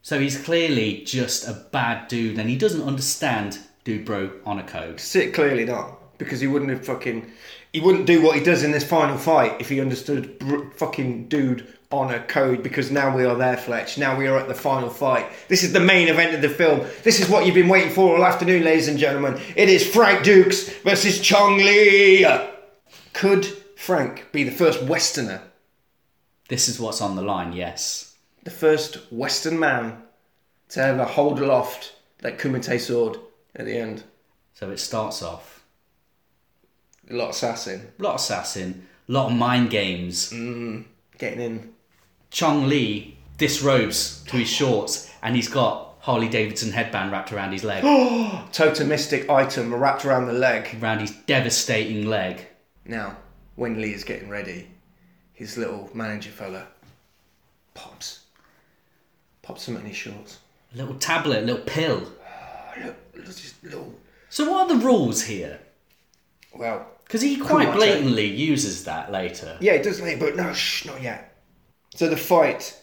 Speaker 3: So he's clearly just a bad dude and he doesn't understand Dubrow on a code.
Speaker 1: Sit clearly not because he wouldn't have fucking he wouldn't do what he does in this final fight if he understood br- fucking dude on a code because now we are there Fletch now we are at the final fight this is the main event of the film this is what you've been waiting for all afternoon ladies and gentlemen it is Frank Dukes versus Chong Lee could Frank be the first westerner
Speaker 3: This is what's on the line, yes.
Speaker 1: the first western man to ever hold aloft that kumite sword at the end
Speaker 3: So it starts off.
Speaker 1: a lot of assassin
Speaker 3: A lot of sassing, a lot of mind
Speaker 1: Mm.
Speaker 3: games.
Speaker 1: getting in
Speaker 3: Chong Lee disrobes to his shorts and he's got Harley Davidson headband wrapped around his leg.
Speaker 1: totemistic item wrapped around the leg.
Speaker 3: around his devastating leg.
Speaker 1: Now, when Lee is getting ready, his little manager fella pops. Pops him in his shorts.
Speaker 3: A little tablet, a little pill.
Speaker 1: Oh, look, look, just little.
Speaker 3: So what are the rules here?
Speaker 1: Well,
Speaker 3: Because he quite
Speaker 1: on, Jay.
Speaker 3: blatantly uses that later.
Speaker 1: yeah, it does later, but no, shh, not yet. So the fight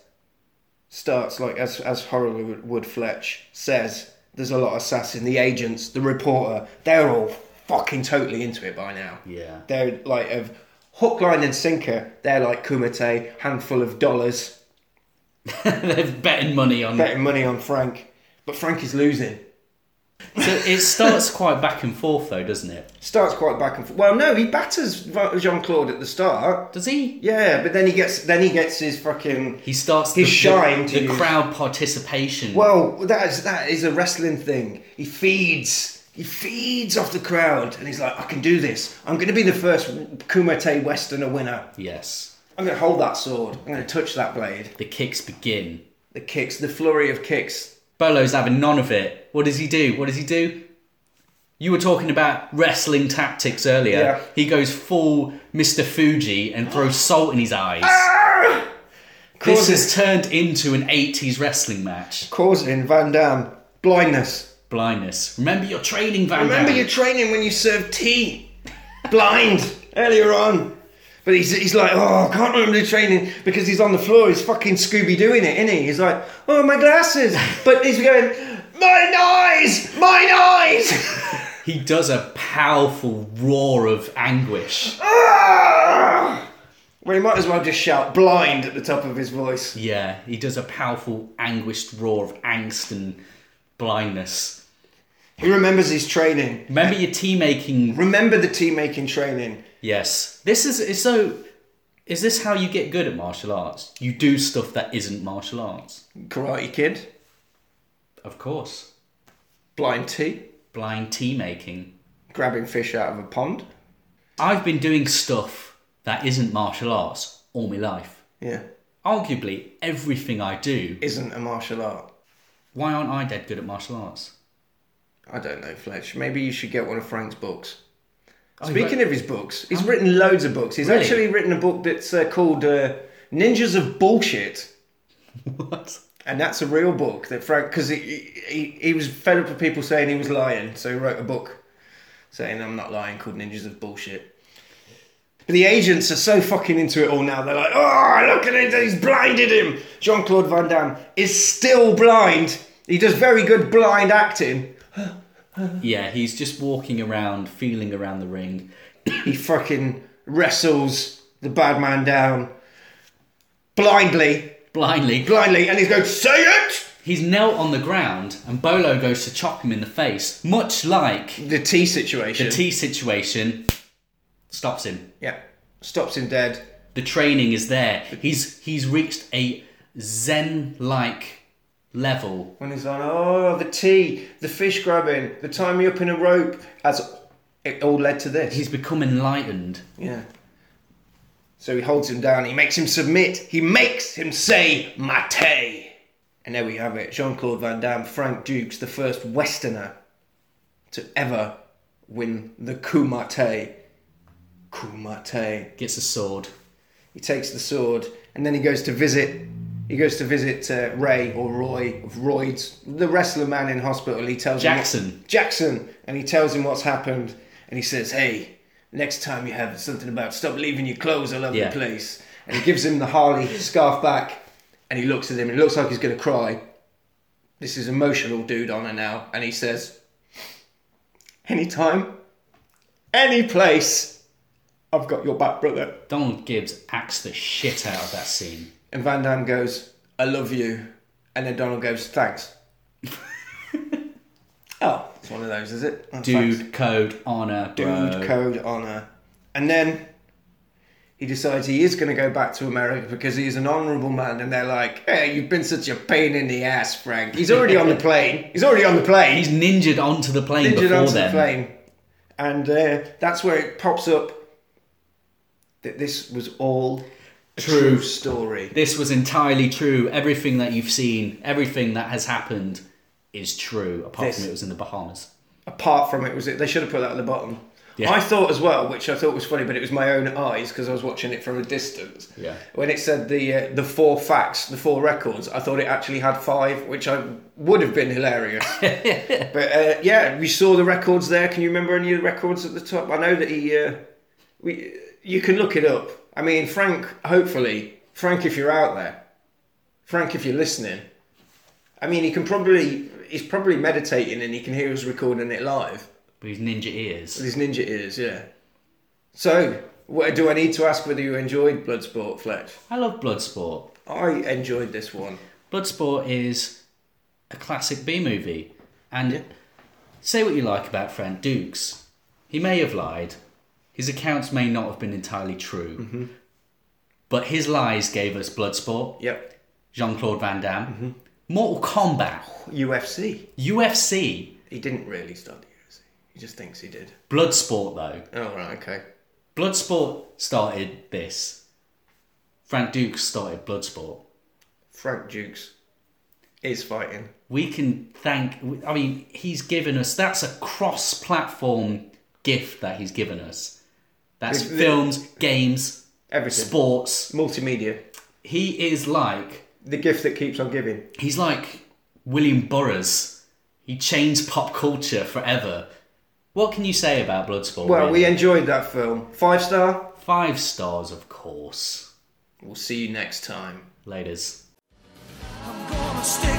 Speaker 1: starts like as as Horrorwood Wood Fletch says. There's a lot of assassin. The agents, the reporter, they're all fucking totally into it by now.
Speaker 3: Yeah.
Speaker 1: They're like of hook, line, and sinker. They're like Kumite, handful of dollars.
Speaker 3: They're betting money on
Speaker 1: betting money on Frank, but Frank is losing.
Speaker 3: So it starts quite back and forth though, doesn't it?
Speaker 1: Starts quite back and forth. Well, no, he batters Jean Claude at the start.
Speaker 3: Does he?
Speaker 1: Yeah, but then he gets then he gets his fucking.
Speaker 3: He starts
Speaker 1: He's
Speaker 3: the,
Speaker 1: shying to
Speaker 3: the, the
Speaker 1: you.
Speaker 3: crowd participation.
Speaker 1: Well, that is that is a wrestling thing. He feeds. He feeds off the crowd, and he's like, "I can do this. I'm going to be the first Kumite Westerner winner.
Speaker 3: yes.
Speaker 1: I'm going to hold that sword. I'm going to touch that blade."
Speaker 3: The kicks begin.
Speaker 1: The kicks, the flurry of kicks.
Speaker 3: Bolo's having none of it. What does he do? What does he do? You were talking about wrestling tactics earlier.
Speaker 1: Yeah.
Speaker 3: He goes full Mr. Fuji and throws salt in his eyes.
Speaker 1: Ah!
Speaker 3: This
Speaker 1: Causing-
Speaker 3: has turned into an 80s wrestling match.
Speaker 1: causing Van Damme blindness.
Speaker 3: Blindness. Remember your training, Van
Speaker 1: Remember
Speaker 3: Damme.
Speaker 1: your training when you served tea, blind, earlier on. But he's, he's like, oh, I can't remember the training because he's on the floor. He's fucking Scooby doing it, isn't he? He's like, oh, my glasses. But he's going, mine eyes, mine eyes.
Speaker 3: He does a powerful roar of anguish.
Speaker 1: Ah! well, he might as well just shout blind at the top of his voice.
Speaker 3: Yeah, he does a powerful anguished roar of angst and blindness.
Speaker 1: He remembers his training.
Speaker 3: Remember your tea making.
Speaker 1: Remember the tea making training.
Speaker 3: Yes. This is, is so. Is this how you get good at martial arts? You do stuff that isn't martial arts.
Speaker 1: Karate Kid,
Speaker 3: Of course.
Speaker 1: blind tea,
Speaker 3: Blind tea making.
Speaker 1: grabbing fish out of a pond.
Speaker 3: I've been doing stuff that isn't martial arts all my life.
Speaker 1: Yeah.
Speaker 3: arguably everything I do,
Speaker 1: Isn't a martial art.
Speaker 3: why aren't I dead good at martial arts?
Speaker 1: I don't know, Fletch. Maybe you should get one of Frank's books.
Speaker 3: Oh, he
Speaker 1: Speaking
Speaker 3: wrote-
Speaker 1: of his books, he's written loads of books. He's
Speaker 3: Really?
Speaker 1: actually written a book that's uh, called uh, Ninjas of Bullshit.
Speaker 3: What?
Speaker 1: And that's a real book that Frank, because he, he, he was fed up with people saying he was lying, so he wrote a book saying, I'm not lying, called Ninjas of Bullshit. But the agents are so fucking into it all now. They're like, oh, look at it, he's blinded him. Jean Claude Van Damme is still blind. He does very good blind acting.
Speaker 3: Yeah, he's just walking around, feeling around the ring.
Speaker 1: he fucking wrestles the bad man down blindly,
Speaker 3: Blindly,
Speaker 1: blindly, and he's going, "Say it!"
Speaker 3: he's knelt on the ground, and Bolo goes to chop him in the face, much like
Speaker 1: The tea situation.
Speaker 3: the tea situation stops him.
Speaker 1: Yeah, stops him dead.
Speaker 3: The training is there. He's he's reached a zen-like level.
Speaker 1: When he's on, oh, the tea, the fish grabbing, the tie me up in a rope, as it all led to this.
Speaker 3: He's become enlightened.
Speaker 1: yeah. So he holds him down. He makes him submit. He makes him say "mate." And there we have it: Jean Claude Van Damme, Frank Dukes, the first Westerner to ever win the Kumite. Kumite.
Speaker 3: Gets a sword.
Speaker 1: He takes the sword, and then he goes to visit. He goes to visit uh, Ray or Roy of Royd's, the wrestler man in hospital. He tells him what-
Speaker 3: Jackson.
Speaker 1: Jackson, and he tells him what's happened, and he says, "Hey, next time you have something about stop leaving your clothes all over
Speaker 3: Yeah.
Speaker 1: the place." And he gives him the Harley scarf back, and he looks at him. and It looks like he's going to cry. This is emotional, dude, on her now, and he says, anytime, any place. I've got your back, brother.
Speaker 3: Donald Gibbs acts the shit out of that scene.
Speaker 1: And Van Damme goes, I love you. And then Donald goes, thanks. oh, it's one of those, is it? Oh,
Speaker 3: Dude,
Speaker 1: thanks.
Speaker 3: code, honor, bro.
Speaker 1: Dude code honor. And then he decides he is going to go back to America because he is an honourable man. And they're like, hey, you've been such a pain in the ass, Frank. He's already on the plane. He's already on the plane.
Speaker 3: He's ninjaed onto the plane
Speaker 1: Ninja
Speaker 3: before
Speaker 1: onto the
Speaker 3: then.
Speaker 1: plane, and uh, that's where it pops up that this was all a
Speaker 3: True.
Speaker 1: true story.
Speaker 3: This was entirely true. Everything that you've seen, everything that has happened is true, apart
Speaker 1: This-
Speaker 3: from it was in the Bahamas.
Speaker 1: Apart from it, was it they should have put that at the bottom.
Speaker 3: Yeah.
Speaker 1: I thought as well, which I thought was funny, but it was my own eyes because I was watching it from a distance.
Speaker 3: Yeah.
Speaker 1: When it said the uh, the four facts, the four records, I thought it actually had five, which I would have been hilarious. but uh, yeah, we saw the records there. Can you remember any of the records at the top? I know that he. Uh, we, you can look it up. I mean, Frank. Hopefully, Frank, if you're out there, Frank, if you're listening, I mean, he can probably. He's probably meditating and he can hear us recording it live.
Speaker 3: But he's ninja ears.
Speaker 1: These ninja ears, yeah. So, what do I need to ask whether you enjoyed Bloodsport, Fletch?
Speaker 3: I love Bloodsport.
Speaker 1: I enjoyed this one.
Speaker 3: Bloodsport is a classic B movie. And say what you like about Frank Dukes. He may have lied. His accounts may not have been entirely true. But his lies gave us Bloodsport,
Speaker 1: Yep.
Speaker 3: Jean Claude Van Damme, Mortal Kombat,
Speaker 1: UFC.
Speaker 3: UFC,
Speaker 1: He didn't really start the UFC. He just thinks he did.
Speaker 3: Bloodsport, though.
Speaker 1: Oh, right, okay.
Speaker 3: Bloodsport started this. Frank Dukes started Bloodsport.
Speaker 1: Frank Dukes is fighting.
Speaker 3: We can thank. I mean, he's given us. That's a cross-platform gift that he's given us. That's
Speaker 1: The- the-
Speaker 3: films, games,
Speaker 1: Everything.
Speaker 3: sports.
Speaker 1: Multimedia.
Speaker 3: He is like.
Speaker 1: The gift that keeps on giving.
Speaker 3: He's like William Burroughs. He changed pop culture forever. What can you say about Bloodsport?
Speaker 1: Well, we
Speaker 3: really?
Speaker 1: enjoyed that film. Five star.
Speaker 3: five stars, of course.
Speaker 1: We'll see you next time.
Speaker 3: Laters.
Speaker 4: I'm gonna stay